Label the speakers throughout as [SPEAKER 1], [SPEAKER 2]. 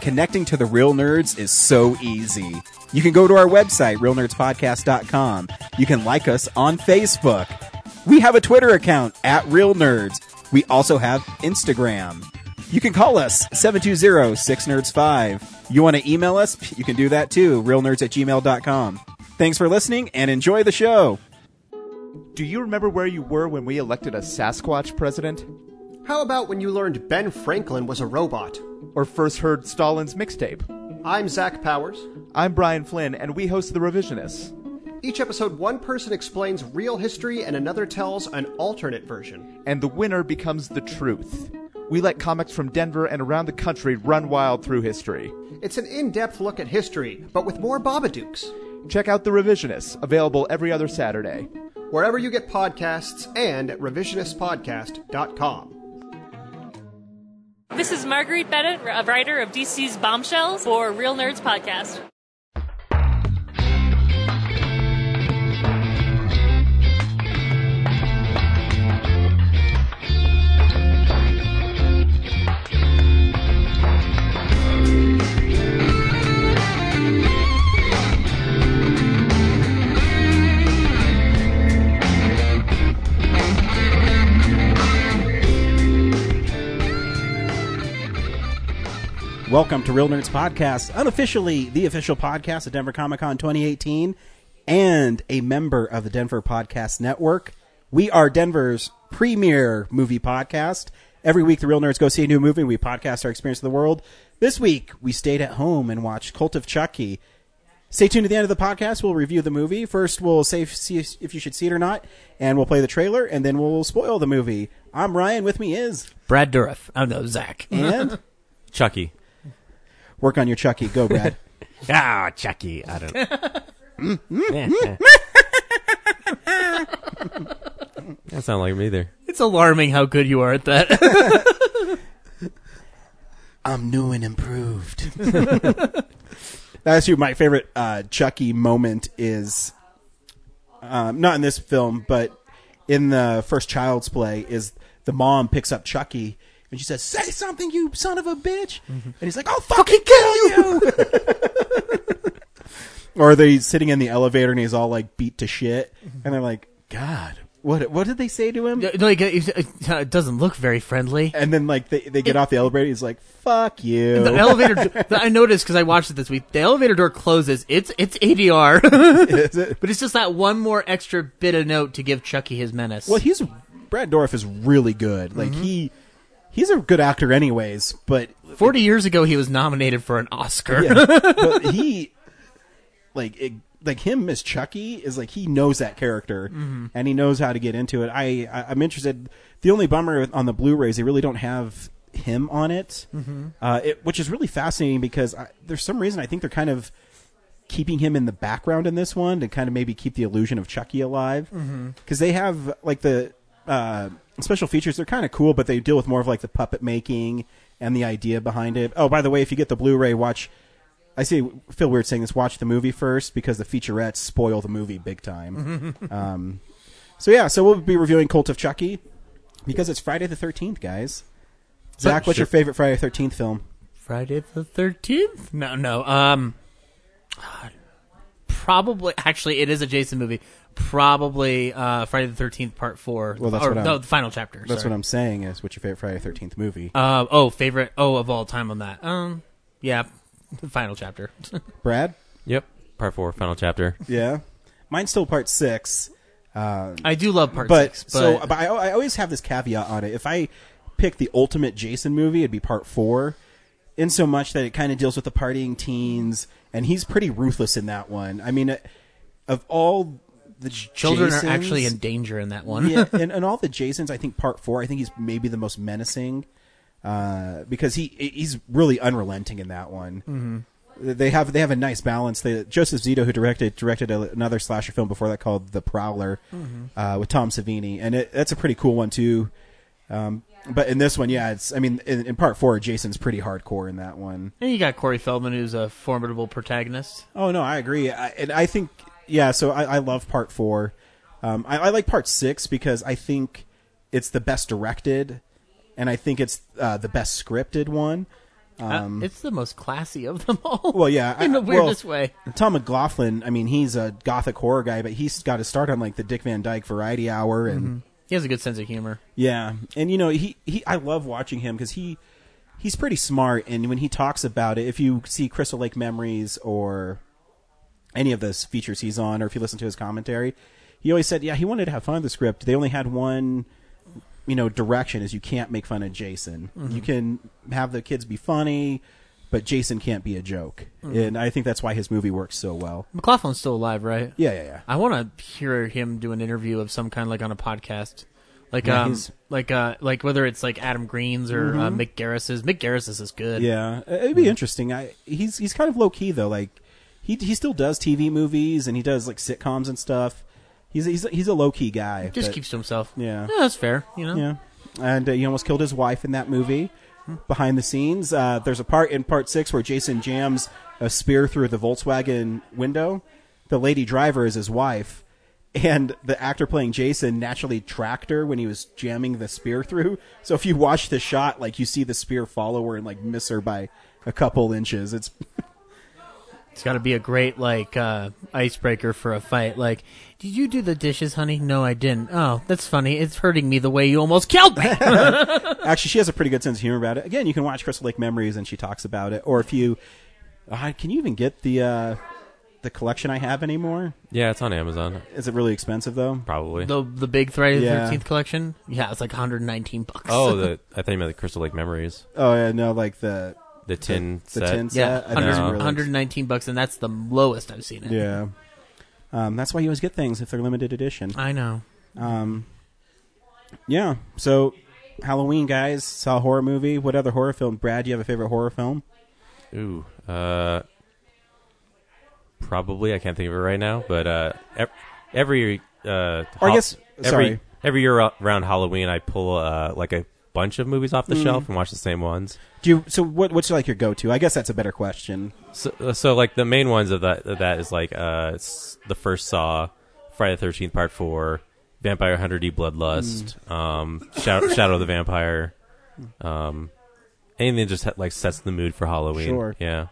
[SPEAKER 1] connecting to the real nerds is so easy. You can go to our website, realnerdspodcast.com. You can like us on Facebook. We have a Twitter account at Real Nerds. We also have Instagram. You can call us 720-6nerds5. You want to email us? You can do that too, realnerds at gmail.com. Thanks for listening and enjoy the show.
[SPEAKER 2] Do you remember where you were when we elected a Sasquatch president?
[SPEAKER 3] How about when you learned Ben Franklin was a robot?
[SPEAKER 2] Or first heard Stalin's mixtape?
[SPEAKER 3] I'm Zach Powers.
[SPEAKER 2] I'm Brian Flynn, and we host The Revisionists.
[SPEAKER 3] Each episode, one person explains real history and another tells an alternate version.
[SPEAKER 2] And the winner becomes the truth. We let comics from Denver and around the country run wild through history.
[SPEAKER 3] It's an in depth look at history, but with more Babadooks.
[SPEAKER 2] Check out The Revisionists, available every other Saturday.
[SPEAKER 3] Wherever you get podcasts and at revisionistpodcast.com.
[SPEAKER 4] This is Marguerite Bennett, a writer of DC's Bombshells for Real Nerds Podcast.
[SPEAKER 1] Welcome to Real Nerds Podcast, unofficially the official podcast of Denver Comic Con 2018 and a member of the Denver Podcast Network. We are Denver's premier movie podcast. Every week, the Real Nerds go see a new movie. We podcast our experience of the world. This week, we stayed at home and watched Cult of Chucky. Stay tuned to the end of the podcast. We'll review the movie. First, we'll say if, see if you should see it or not, and we'll play the trailer, and then we'll spoil the movie. I'm Ryan. With me is
[SPEAKER 5] Brad Dourif. I'm no Zach.
[SPEAKER 1] and
[SPEAKER 6] Chucky.
[SPEAKER 1] work on your Chucky. Go, Brad.
[SPEAKER 6] Ah, Chucky. I don't. Yeah, yeah. that sound like me either.
[SPEAKER 5] It's alarming how good you are at that.
[SPEAKER 1] I'm new and improved. That's you. My favorite uh, Chucky moment is um, not in this film, but in the first Child's Play, is the mom picks up Chucky and she says, "Say something, you son of a bitch!" And he's like, "I'll Mm-hmm. fucking kill you." or they sitting in the elevator and he's all like beat to shit, and they're like, "God, what? What did they say to him?"
[SPEAKER 5] no, like, it, it- it doesn't look very friendly.
[SPEAKER 1] And then like they they get off the elevator, he's like, "Fuck you."
[SPEAKER 5] The elevator. d- I noticed because I watched it this week. The elevator door closes. It's it's ADR,
[SPEAKER 1] Is it-
[SPEAKER 5] but it's just that one more extra bit of note to give Chucky his menace.
[SPEAKER 1] Well, he's Brad Dorff is really good. Like he he's a good actor, anyways. But
[SPEAKER 5] Forty years ago, he was nominated for an Oscar.
[SPEAKER 1] but he like it, like him as Chucky is like he knows that character and he knows how to get into it. I, I I'm interested. The only bummer on the Blu-rays, they really don't have him on it, uh, it which is really fascinating because I, there's some reason I think they're kind of keeping him in the background in this one to kind of maybe keep the illusion of Chucky alive because they have like the uh, special features. They're kind of cool, but they deal with more of like the puppet making and the idea behind it. Oh, by the way, if you get the Blu-ray, watch. I see. Feel weird saying this. Watch the movie first because the featurettes spoil the movie big time. um, so yeah, so we'll be reviewing Cult of Chucky because it's Friday the Thirteenth, guys. Zach, what's your favorite Friday the Thirteenth film?
[SPEAKER 5] Friday the Thirteenth. No, no. Um, probably. Actually, it is a Jason movie. Probably uh, Friday the Thirteenth Part Four.
[SPEAKER 1] Well, that's
[SPEAKER 5] or,
[SPEAKER 1] what I'm-
[SPEAKER 5] no, the final chapter.
[SPEAKER 1] That's
[SPEAKER 5] sorry.
[SPEAKER 1] what I'm saying. Is what's your favorite Friday the Thirteenth movie?
[SPEAKER 5] Uh, oh, favorite. Oh, of all time on that. Um, yeah, the final chapter.
[SPEAKER 1] Brad?
[SPEAKER 6] Yep. Part four, final chapter.
[SPEAKER 1] Yeah, mine's still part six.
[SPEAKER 5] I do love part
[SPEAKER 1] but,
[SPEAKER 5] six, but
[SPEAKER 1] so but I, I always have this caveat on it. If I pick the ultimate Jason movie, it'd be part four, in so much that it kind of deals with the partying teens, and he's pretty ruthless in that one. I mean, uh, of all the
[SPEAKER 5] children
[SPEAKER 1] Jasons-
[SPEAKER 5] are actually in danger in that one.
[SPEAKER 1] yeah, and, and all the Jasons, I think part four, I think he's maybe the most menacing uh, because he he's really unrelenting in that one. They have they have a nice balance. They, Joseph Zito, who directed directed a, another slasher film before that called The Prowler uh, with Tom Savini, and it, that's a pretty cool one too. Um, but in this one, yeah, it's I mean in, in part four, Jason's pretty hardcore in that one.
[SPEAKER 5] and you got Corey Feldman, who's a formidable protagonist.
[SPEAKER 1] Oh no, I agree, I, and I think yeah. So I, I love part four. Um, I, I like part six because I think it's the best directed, and I think it's uh, the best scripted one.
[SPEAKER 5] Uh, it's the most classy of them all.
[SPEAKER 1] Well, yeah,
[SPEAKER 5] in
[SPEAKER 1] I-
[SPEAKER 5] the weirdest
[SPEAKER 1] well,
[SPEAKER 5] way.
[SPEAKER 1] Tom McLaughlin, I mean, he's a gothic horror guy, but he's got his start on like the Dick Van Dyke Variety Hour,
[SPEAKER 5] Mm-hmm.
[SPEAKER 1] and
[SPEAKER 5] He has a good sense of humor.
[SPEAKER 1] yeah, and you know, he, he I love watching him because he he's pretty smart, and when he talks about it, if you see Crystal Lake Memories or any of those features he's on, or if you listen to his commentary, he always said, yeah, he wanted to have fun with the script. They only had one. You know, direction is you can't make fun of Jason. You can have the kids be funny, but Jason can't be a joke. And I think that's why his movie works so well.
[SPEAKER 5] McLaughlin's still alive, right?
[SPEAKER 1] Yeah, yeah, yeah.
[SPEAKER 5] I want to hear him do an interview of some kind, like on a podcast, like
[SPEAKER 1] Yeah,
[SPEAKER 5] um,
[SPEAKER 1] he's- Mm-hmm.
[SPEAKER 5] like uh, like whether it's like Adam Green's or uh, Mick Garris's. Mick Garris's is good.
[SPEAKER 1] Yeah, Uh, it'd be interesting. I he's he's kind of low key though. Like he he still does TV movies and he does like sitcoms and stuff. He's he's he's a low key guy.
[SPEAKER 5] just
[SPEAKER 1] but-
[SPEAKER 5] keeps to himself.
[SPEAKER 1] Yeah.
[SPEAKER 5] that's fair. You know,
[SPEAKER 1] yeah. And uh, he almost killed his wife in that movie. Behind the scenes, uh, there's a part in part six where Jason jams a spear through the Volkswagen window. The lady driver is his wife, and the actor playing Jason naturally tracked her when he was jamming the spear through. So if you watch the shot, like you see the spear follow her and like miss her by a couple inches. It's
[SPEAKER 5] it's got to be a great like uh, icebreaker for a fight. Like, did you do the dishes, honey? No, I didn't. Oh, that's funny. It's hurting me the way you almost killed me.
[SPEAKER 1] Actually, she has a pretty good sense of humor about it. Again, you can watch Crystal Lake Memories and she talks about it. Or if you, uh, can you even get the uh, the collection I have anymore?
[SPEAKER 6] Yeah, it's on Amazon
[SPEAKER 1] Is it really expensive though?
[SPEAKER 6] probably.
[SPEAKER 5] the the big Friday the
[SPEAKER 1] Yeah.
[SPEAKER 5] Thirteenth collection. Yeah, it's like 119 bucks.
[SPEAKER 6] oh, the I thought you meant the Crystal Lake Memories,
[SPEAKER 1] Oh yeah, no, like the
[SPEAKER 6] the tin
[SPEAKER 1] the
[SPEAKER 6] set.
[SPEAKER 1] tin set.
[SPEAKER 5] yeah,
[SPEAKER 1] I think it's
[SPEAKER 5] 100
[SPEAKER 1] really-
[SPEAKER 5] 119 bucks, and that's the lowest I've seen it.
[SPEAKER 1] yeah. Um, that's why you always get things if they're limited edition.
[SPEAKER 5] I know.
[SPEAKER 1] Yeah. So, Halloween guys saw a horror movie. What other horror film? Brad, do you have a favorite horror film?
[SPEAKER 6] Ooh, uh, probably I can't think of it right now, but uh, ev- every uh,
[SPEAKER 1] Or I guess-
[SPEAKER 6] every
[SPEAKER 1] sorry.
[SPEAKER 6] every year around Halloween, I pull uh like a bunch of movies off the
[SPEAKER 1] Mm.
[SPEAKER 6] shelf and watch the same ones.
[SPEAKER 1] Do you, so what? What's like your go-to? I guess that's a better question.
[SPEAKER 6] So, uh, so like the main ones of that of that is like uh it's the first Saw, Friday the Thirteenth Part Four, Vampire Hunter D Bloodlust,
[SPEAKER 1] Mm.
[SPEAKER 6] um Shadow, Shadow of the Vampire, um anything that just ha- like sets the mood for Halloween.
[SPEAKER 1] Sure.
[SPEAKER 6] Yeah.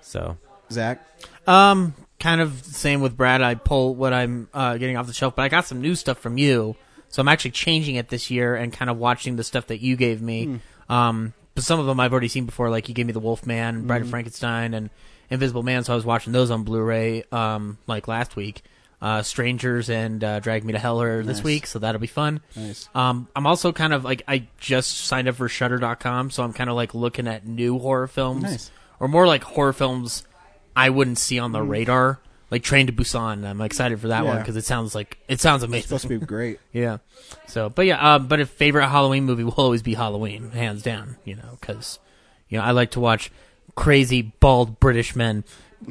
[SPEAKER 6] So
[SPEAKER 1] Zach.
[SPEAKER 5] Um, kind of same with Brad. I pull what I'm uh, getting off the shelf, but I got some new stuff from you, so I'm actually changing it this year and kind of watching the stuff that you gave me. Um, but some of them I've already seen before, like you gave me the Wolfman, and Bride of Frankenstein, and Invisible Man. So I was watching those on Blu-ray, um, like last week. Uh, Strangers and uh, Drag Me to Hell are this week, so that'll be fun. Nice. Um, I'm also kind of like I just signed up for Shutter.com, so I'm kind of like looking at new horror films,
[SPEAKER 1] Nice.
[SPEAKER 5] or more like horror films I wouldn't see on the radar. Like Train to Busan, I'm excited for that
[SPEAKER 1] Hmm. Yeah.
[SPEAKER 5] one because it sounds like it sounds amazing.
[SPEAKER 1] Supposed to be great.
[SPEAKER 5] Yeah. So, but yeah, um, but a favorite Halloween movie will always be Halloween, hands down. You know, because you know I like to watch crazy bald British men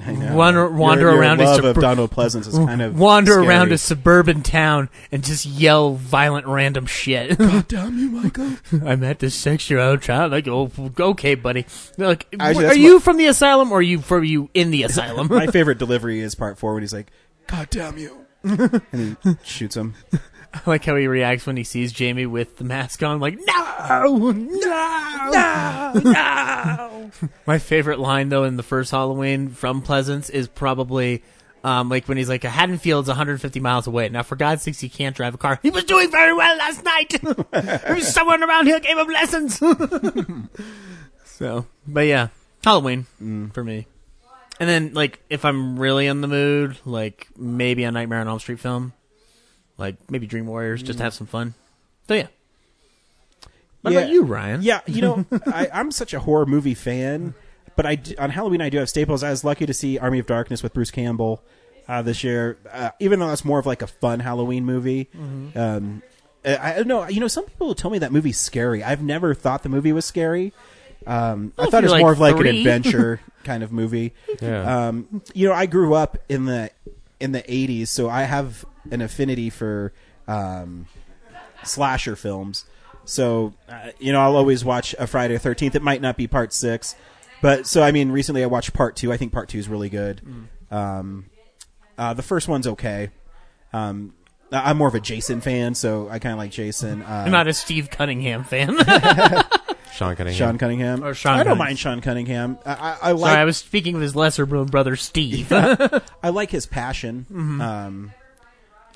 [SPEAKER 5] wander wander
[SPEAKER 1] Your- your
[SPEAKER 5] around
[SPEAKER 1] love
[SPEAKER 5] a
[SPEAKER 1] of
[SPEAKER 5] suburb-
[SPEAKER 1] Donald Pleasance is kind of
[SPEAKER 5] wander
[SPEAKER 1] scary.
[SPEAKER 5] around a suburban town and just yell violent random shit.
[SPEAKER 1] Damn you, Michael.
[SPEAKER 5] I met this six-year-old child. Like, oh, okay, buddy. They're Like,
[SPEAKER 1] Actually,
[SPEAKER 5] are
[SPEAKER 1] that's
[SPEAKER 5] you
[SPEAKER 1] my-
[SPEAKER 5] from the asylum or are you for you in the asylum?
[SPEAKER 1] My favorite delivery is part four when he's like, "God damn you," and he shoots him.
[SPEAKER 5] I like how he reacts when he sees Jamie with the mask on, like, no, no, no, no. My favorite line, though, in the first Halloween from Pleasance is probably. Um, like when he's like, Haddonfield's 150 miles away. Now, for God's sakes, he can't drive a car. He was doing very well last night. there was someone around here gave him lessons. so, but yeah, Halloween for me. And then, like, if I'm really in the mood, like maybe a Nightmare on Elm Street film like maybe Dream Warriors, just to have some fun. So yeah. What
[SPEAKER 1] Yeah.
[SPEAKER 5] about you, Ryan?
[SPEAKER 1] Yeah, you know, I, I'm such a horror movie fan, but I d- on Halloween I do have staples. I was lucky to see Army of Darkness with Bruce Campbell uh, this year, uh, even though that's more of like a fun Halloween movie. Um, I, I don't know. You know, some people tell me that movie's scary. I've never thought the movie was scary. Um, I
[SPEAKER 5] if
[SPEAKER 1] thought it was
[SPEAKER 5] you're, like,
[SPEAKER 1] more of like an
[SPEAKER 5] three.
[SPEAKER 1] adventure kind of movie.
[SPEAKER 6] Yeah.
[SPEAKER 1] Um, you know, I grew up in the in the '80s, so I have an affinity for um, slasher films. So, uh, you know, I'll always watch a Friday the 13th. It might not be part six, but so, I mean, recently I watched part two. I think part two is really good. Um, uh, the first one's okay. Um, I- I'm more of a Jason fan, so I kind of like Jason. Uh,
[SPEAKER 5] I'm not a Steve Cunningham fan.
[SPEAKER 6] Sean Cunningham.
[SPEAKER 1] Sean Cunningham.
[SPEAKER 5] Or Sean
[SPEAKER 1] I don't
[SPEAKER 5] Cunningham.
[SPEAKER 1] mind Sean Cunningham. I, I, I like
[SPEAKER 5] Sorry, I was speaking of his lesser brother Steve.
[SPEAKER 1] I like his passion. Um,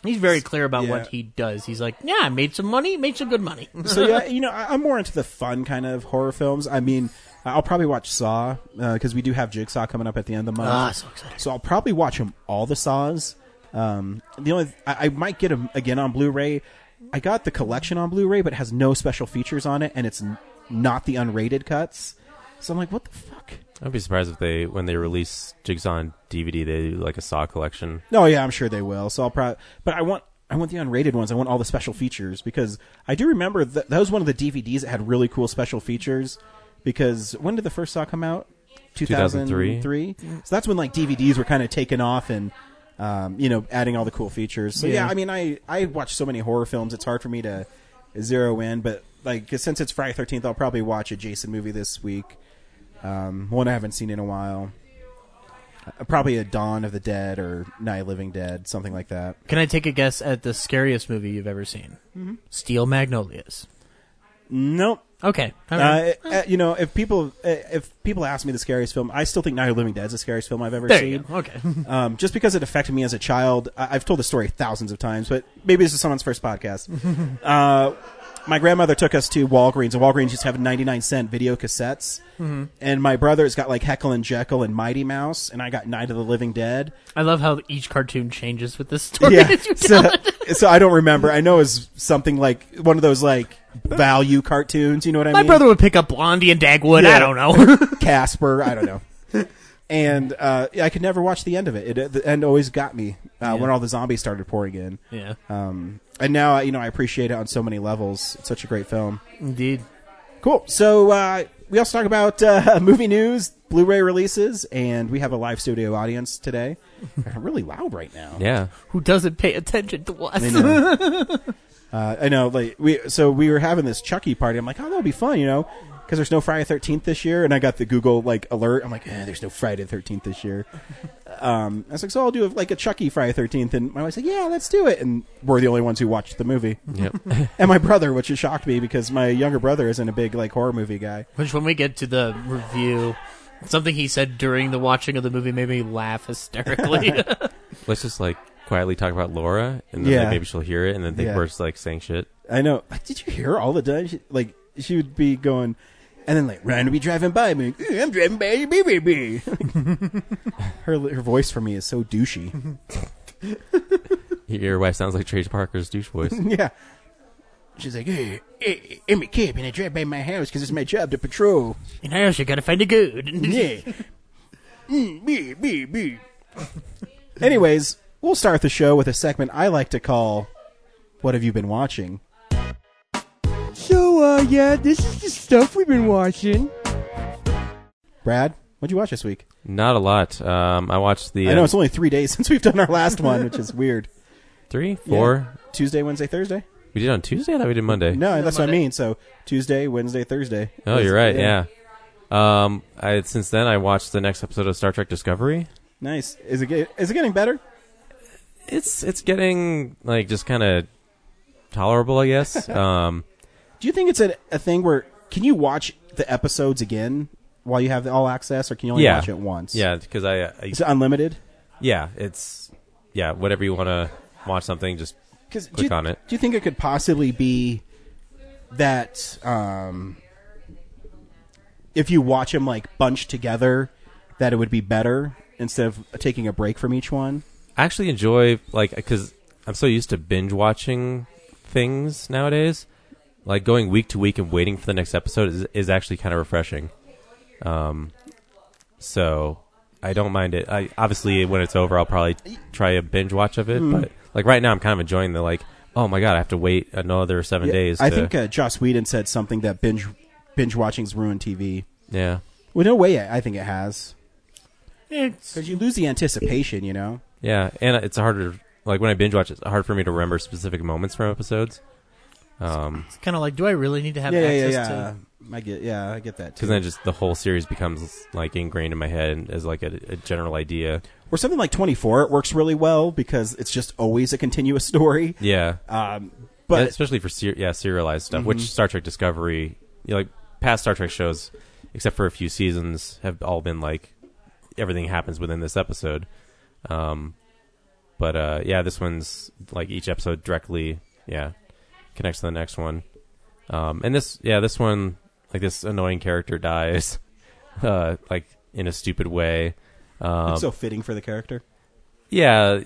[SPEAKER 5] He's very clear about
[SPEAKER 1] Yeah.
[SPEAKER 5] what he does. He's like, yeah, I made some money, made some good money.
[SPEAKER 1] so yeah, you know, I, I'm more into the fun kind of horror films. I mean, I'll probably watch Saw because we do have Jigsaw coming up at the end of the month.
[SPEAKER 5] Ah, so excited.
[SPEAKER 1] So I'll probably watch them all the Saws. Um, the only I, I might get them again on Blu-ray. I got the collection on Blu-ray, but it has no special features on it, and it's n- not the unrated cuts. So I'm like, what the fuck?
[SPEAKER 6] I'd be surprised if they, when they release Jigsaw on DVD, they do like a Saw collection.
[SPEAKER 1] No, Oh, yeah, I'm sure they will. So I'll probably, but I want I want the unrated ones. I want all the special features because I do remember that that was one of the DVDs that had really cool special features. Because when did the first Saw come out?
[SPEAKER 6] 2003.
[SPEAKER 1] 2003? So that's when like DVDs were kind of taken off and um, you know adding all the cool features. So yeah.
[SPEAKER 5] Yeah.
[SPEAKER 1] I mean I I watch so many horror films. It's hard for me to zero in, but like 'cause since it's Friday Thirteenth, I'll probably watch a Jason movie this week. Um, one I haven't seen in a while. Uh, Probably a Dawn of the Dead or Night of Living Dead, something like that.
[SPEAKER 5] Can I take a guess at the scariest movie you've ever seen?
[SPEAKER 1] Mm-hmm.
[SPEAKER 5] Steel Magnolias.
[SPEAKER 1] Nope.
[SPEAKER 5] Okay. all right.
[SPEAKER 1] Uh, uh, you know, if people uh, if people ask me the scariest film, I still think Night of the Living Dead is the scariest film I've ever
[SPEAKER 5] there you
[SPEAKER 1] seen.
[SPEAKER 5] go. Okay.
[SPEAKER 1] Um, just because it affected me as a child, I- I've told the story thousands of times, but maybe this is someone's first podcast. uh, my grandmother took us to Walgreens, and Walgreens used to have 99 cent video cassettes.
[SPEAKER 5] Mm-hmm.
[SPEAKER 1] And my brother's got like Heckle and Jekyll and Mighty Mouse, and I got Night of the Living Dead.
[SPEAKER 5] I love how each cartoon changes with this story.
[SPEAKER 1] yeah.
[SPEAKER 5] as you
[SPEAKER 1] So,
[SPEAKER 5] tell it.
[SPEAKER 1] so I don't remember. I know it's something like one of those like value cartoons. You know what I
[SPEAKER 5] My
[SPEAKER 1] mean?
[SPEAKER 5] brother would pick up Blondie and Dagwood.
[SPEAKER 1] Yeah.
[SPEAKER 5] I don't know.
[SPEAKER 1] Casper. I don't know. and uh, I could never watch the end of it. it the end always got me uh, when all the zombies started pouring in.
[SPEAKER 5] yeah.
[SPEAKER 1] Um, and now you know I appreciate it on so many levels. It's such a great film.
[SPEAKER 5] Indeed.
[SPEAKER 1] Cool. So uh, we also talk about uh, movie news, Blu-ray releases, and we have a live studio audience today. They're really loud right now.
[SPEAKER 6] Yeah.
[SPEAKER 5] Who doesn't pay attention to us?
[SPEAKER 1] I know. uh, I know. Like we, so we were having this Chucky party. I'm like, oh, that'll be fun, you know, because there's no Friday Thirteenth this year. And I got the Google like alert. I'm like, eh, there's no Friday Thirteenth this year. Um, I was like, so I'll do like a Chucky Friday Thirteenth. And my wife said, yeah, let's do it. And we're the only ones who watched the movie.
[SPEAKER 6] Yep.
[SPEAKER 1] and my brother, which has shocked me because my younger brother isn't a big like horror movie guy.
[SPEAKER 5] Which, when we get to the review, something he said during the watching of the movie made me laugh hysterically.
[SPEAKER 6] Let's just like quietly talk about Laura, and then
[SPEAKER 1] Yeah.
[SPEAKER 6] like, maybe she'll hear it, and then think
[SPEAKER 1] Yeah.
[SPEAKER 6] we're just like saying shit.
[SPEAKER 1] I know. Like, did you hear all the time? She, like she would be going, and then like Ryan would be driving by me. "Eh, I'm driving by your baby. baby." her her voice for me is so douchey.
[SPEAKER 6] Your wife sounds like Trace Parker's douche voice.
[SPEAKER 1] yeah. She's like, hey, hey, I'm a cop and I drive by my house because it's my job to patrol.
[SPEAKER 5] and I also gotta find a good.
[SPEAKER 1] Yeah. Mm, me, me, me. Anyways, we'll start the show with a segment I like to call What Have You Been Watching?
[SPEAKER 7] So, uh, yeah, this is the stuff we've been watching.
[SPEAKER 1] Brad, what'd you watch this week?
[SPEAKER 6] Not a lot. Um, I watched the
[SPEAKER 1] I know
[SPEAKER 6] uh,
[SPEAKER 1] it's only three days since we've done our last one, which is weird.
[SPEAKER 6] three, four.
[SPEAKER 1] Tuesday, Wednesday, Thursday?
[SPEAKER 6] We did on Tuesday. I thought we did Monday.
[SPEAKER 1] No, that's what I mean. So Tuesday, Wednesday, Thursday.
[SPEAKER 6] Oh, you're right.
[SPEAKER 1] Yeah.
[SPEAKER 6] Yeah. Um, I, since then, I watched the next episode of Star Trek Discovery.
[SPEAKER 1] Nice. Is it ge- is it getting better?
[SPEAKER 6] It's it's getting like just kind of tolerable, I guess. um,
[SPEAKER 1] Do you think it's a, a thing where can you watch the episodes again while you have the all access, or can you only
[SPEAKER 6] yeah.
[SPEAKER 1] watch it once?
[SPEAKER 6] Yeah, because I, I
[SPEAKER 1] Is it unlimited?
[SPEAKER 6] yeah, it's yeah, whatever you want to watch something, just
[SPEAKER 1] Because do
[SPEAKER 6] Click
[SPEAKER 1] you,
[SPEAKER 6] on it.
[SPEAKER 1] Do you think it could possibly be that um, if you watch them like bunched together, that it would be better instead of taking a break from each one?
[SPEAKER 6] I actually enjoy like because I'm so used to binge watching things nowadays. Like going week to week and waiting for the next episode is is actually kind of refreshing. Um, so I don't mind it. I obviously when it's over, I'll probably try a binge watch of
[SPEAKER 1] Mm.
[SPEAKER 6] it. But like right now, I'm kind of enjoying the like. Oh my god, I have to wait another seven
[SPEAKER 1] Yeah,
[SPEAKER 6] days.
[SPEAKER 1] I
[SPEAKER 6] to-
[SPEAKER 1] think uh, Joss Whedon said something that binge binge watching's ruined TV.
[SPEAKER 6] yeah.
[SPEAKER 1] Well, no way. I I think it has
[SPEAKER 5] It's-
[SPEAKER 1] because you lose the anticipation. You know.
[SPEAKER 6] Yeah, and it's harder. Like when I binge watch, it's hard for me to remember specific moments from episodes. Um,
[SPEAKER 5] It's kind of like, do I really need to have
[SPEAKER 1] Yeah, yeah, yeah.
[SPEAKER 5] access
[SPEAKER 1] yeah.
[SPEAKER 5] to?
[SPEAKER 1] I get. Yeah, I get that
[SPEAKER 6] because
[SPEAKER 1] too.
[SPEAKER 6] then just the whole series becomes like ingrained in my head as like a, a general idea.
[SPEAKER 1] Or something like Twenty Four. It works really well because it's just always a continuous story.
[SPEAKER 6] Yeah,
[SPEAKER 1] Um,
[SPEAKER 6] but
[SPEAKER 1] but Mm-hmm.
[SPEAKER 6] especially for ser- yeah serialized stuff, which Star Trek Discovery, you know, like past Star Trek shows, except for a few seasons, have all been like everything happens within this episode. Um, but uh, yeah, this one's like each episode directly yeah connects to the next one. Um, and this yeah this one like this annoying character dies uh, like in a stupid way. Um,
[SPEAKER 1] it's so fitting for the character.
[SPEAKER 6] yeah,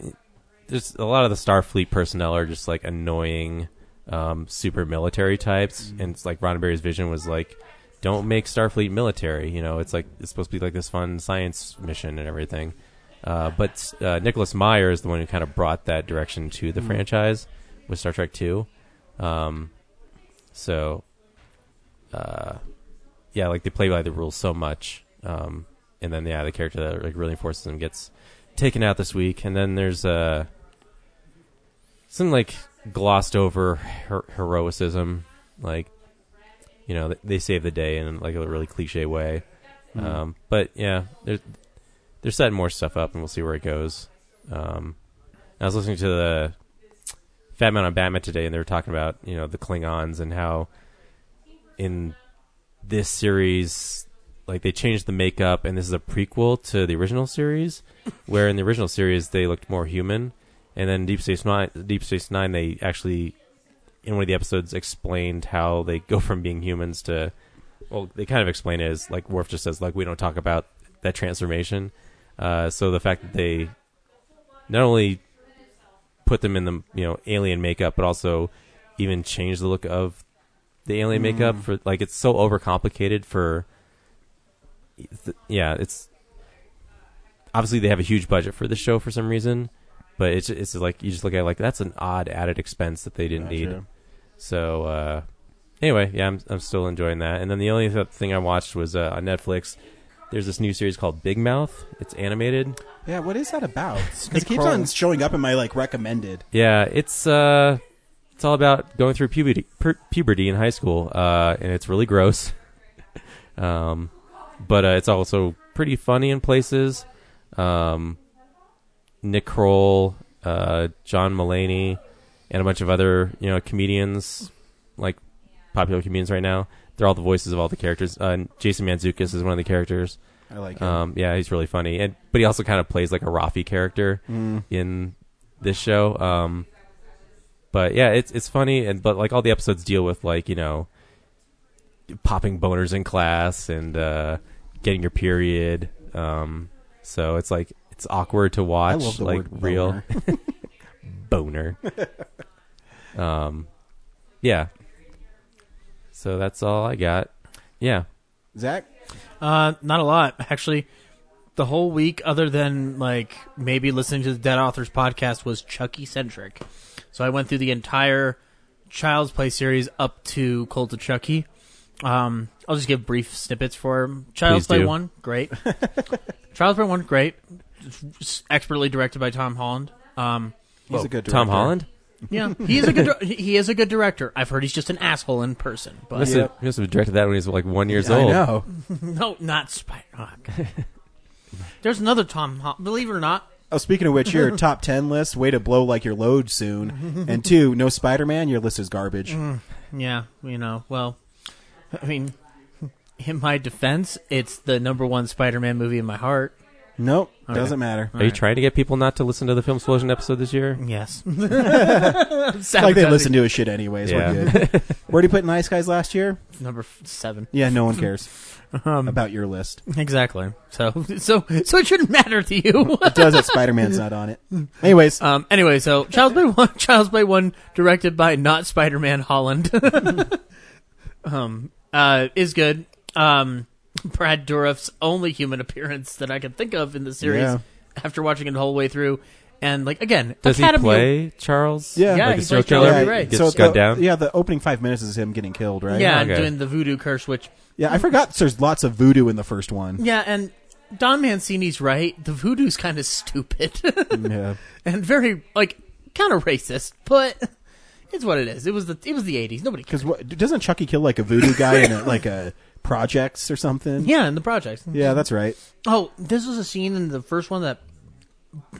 [SPEAKER 6] there's a lot of the Starfleet personnel are just like annoying, um, super military types, and it's like Roddenberry's vision was like, don't make Starfleet military. You know, it's like it's supposed to be like this fun science mission and everything. Uh, but uh, Nicholas Meyer is the one who kind of brought that direction to the franchise with Star Trek Two. Um, so, uh, yeah, like they play by the rules so much, um, and then yeah, the character that like really enforces them gets taken out this week, and then there's uh, some like glossed over her- heroicism, like you know th- they save the day in like a really cliche way, um, but yeah, they're they're setting more stuff up, and we'll see where it goes. Um, I was listening to the Fat Man on Batman today, and they were talking about you know the Klingons and how in this series, like they changed the makeup, and this is a prequel to the original series, where in the original series they looked more human, and then Deep Space Nine, Deep Space Nine, they actually in one of the episodes explained how they go from being humans to, well, they kind of explain it as like Worf just says like we don't talk about that transformation, uh, so the fact that they not only put them in the you know alien makeup, but also even change the look of the alien makeup for like it's so overcomplicated for. th- yeah, it's obviously they have a huge budget for this show for some reason, but it's it's like you just look at it like that's an odd added expense that they didn't need.
[SPEAKER 1] Sure.
[SPEAKER 6] So uh, anyway, yeah, I'm I'm still enjoying that. And then the only th- thing I watched was uh, on Netflix. There's this new series called Big Mouth. It's animated.
[SPEAKER 1] Yeah, what is that about? 'Cause it keeps on showing up in my like recommended.
[SPEAKER 6] Yeah, it's uh, it's all about going through puberty per- puberty in high school, uh, and it's really gross. um, but uh, it's also pretty funny in places. Um, Nick Kroll, uh, John Mulaney, and a bunch of other you know comedians, like popular comedians right now. They're all the voices of all the characters. Uh, Jason Manzukis is one of the characters.
[SPEAKER 1] I like it.
[SPEAKER 6] Um, yeah, he's really funny, and but he also kind of plays like a Rafi character
[SPEAKER 1] Mm.
[SPEAKER 6] in this show. Um, but yeah, it's it's funny, and but like all the episodes deal with like you know, popping boners in class and uh, getting your period. Um, so it's like it's awkward to watch.
[SPEAKER 1] I love the
[SPEAKER 6] like
[SPEAKER 1] word
[SPEAKER 6] real
[SPEAKER 1] boner.
[SPEAKER 6] boner. um, yeah. So that's all I got. Yeah.
[SPEAKER 1] Zach,
[SPEAKER 5] Uh, not a lot actually. The whole week, other than like maybe listening to the Dead Authors podcast, was Chucky centric. So I went through the entire Child's Play series up to Cult of Chucky. Um, I'll just give brief snippets for Child's
[SPEAKER 6] Please
[SPEAKER 5] Play
[SPEAKER 6] do.
[SPEAKER 5] one, great. Child's Play one, great. It's expertly directed by Tom Holland. Um,
[SPEAKER 1] he's a good director.
[SPEAKER 6] Tom Holland.
[SPEAKER 5] yeah, he is a good. dir- He is a good director. I've heard he's just an asshole in person, but
[SPEAKER 6] Must, have, must have directed that when he was like one years
[SPEAKER 1] I
[SPEAKER 6] old.
[SPEAKER 1] know.
[SPEAKER 5] No, not Spider. Oh, God. There's another Tom. Hol- Believe it or not,
[SPEAKER 1] Oh, speaking of which, your top ten list, way to blow like your load soon. and two, no Spider Man, your list is garbage.
[SPEAKER 5] yeah, you know. Well, I mean, in my defense, it's the number one Spider-Man movie in my heart.
[SPEAKER 1] Nope, doesn't matter.
[SPEAKER 6] Are you trying to get people not to listen to the Film Explosion episode this year?
[SPEAKER 1] Mm-hmm.
[SPEAKER 5] Yes,
[SPEAKER 1] Like they listen to his shit anyways. We're
[SPEAKER 6] Yeah.
[SPEAKER 1] good. Where did he put Nice Guys last year?
[SPEAKER 5] number f- seven.
[SPEAKER 1] Yeah, no one cares about your list.
[SPEAKER 5] Exactly. So, so, so it shouldn't matter to you.
[SPEAKER 1] It does if Spider Man's not on it. Anyways,
[SPEAKER 5] Um, anyway, so Child's Play One, Child's Play One, directed by not Spider-Man Holland, um, uh, is good. Um, Brad Dourif's only human appearance that I can think of in the series
[SPEAKER 1] Yeah.
[SPEAKER 5] after watching it the whole way through, and like again,
[SPEAKER 6] Does
[SPEAKER 5] Academy-
[SPEAKER 6] he play Charles?
[SPEAKER 1] Yeah. Yeah,
[SPEAKER 6] like
[SPEAKER 5] he
[SPEAKER 6] a serial
[SPEAKER 5] plays Charles
[SPEAKER 6] killer.
[SPEAKER 5] Lee Ray.
[SPEAKER 6] Gets
[SPEAKER 1] so
[SPEAKER 6] gunned
[SPEAKER 1] the,
[SPEAKER 6] down.
[SPEAKER 1] Yeah, the opening five minutes is him getting killed, right?
[SPEAKER 5] Yeah,
[SPEAKER 6] Okay.
[SPEAKER 5] doing the voodoo curse, which
[SPEAKER 1] Yeah, I forgot there's lots of voodoo in the first one.
[SPEAKER 5] yeah, and Don Mancini's right. The voodoo's kind of stupid.
[SPEAKER 1] Yeah.
[SPEAKER 5] and very like kind of racist, but it's what it is. It was the it was the eighties. Nobody cares.
[SPEAKER 1] Because doesn't Chucky kill like a voodoo guy in a, like a projects or something?
[SPEAKER 5] Yeah, and the projects.
[SPEAKER 1] Yeah, that's right.
[SPEAKER 5] Oh, this was a scene in the first one that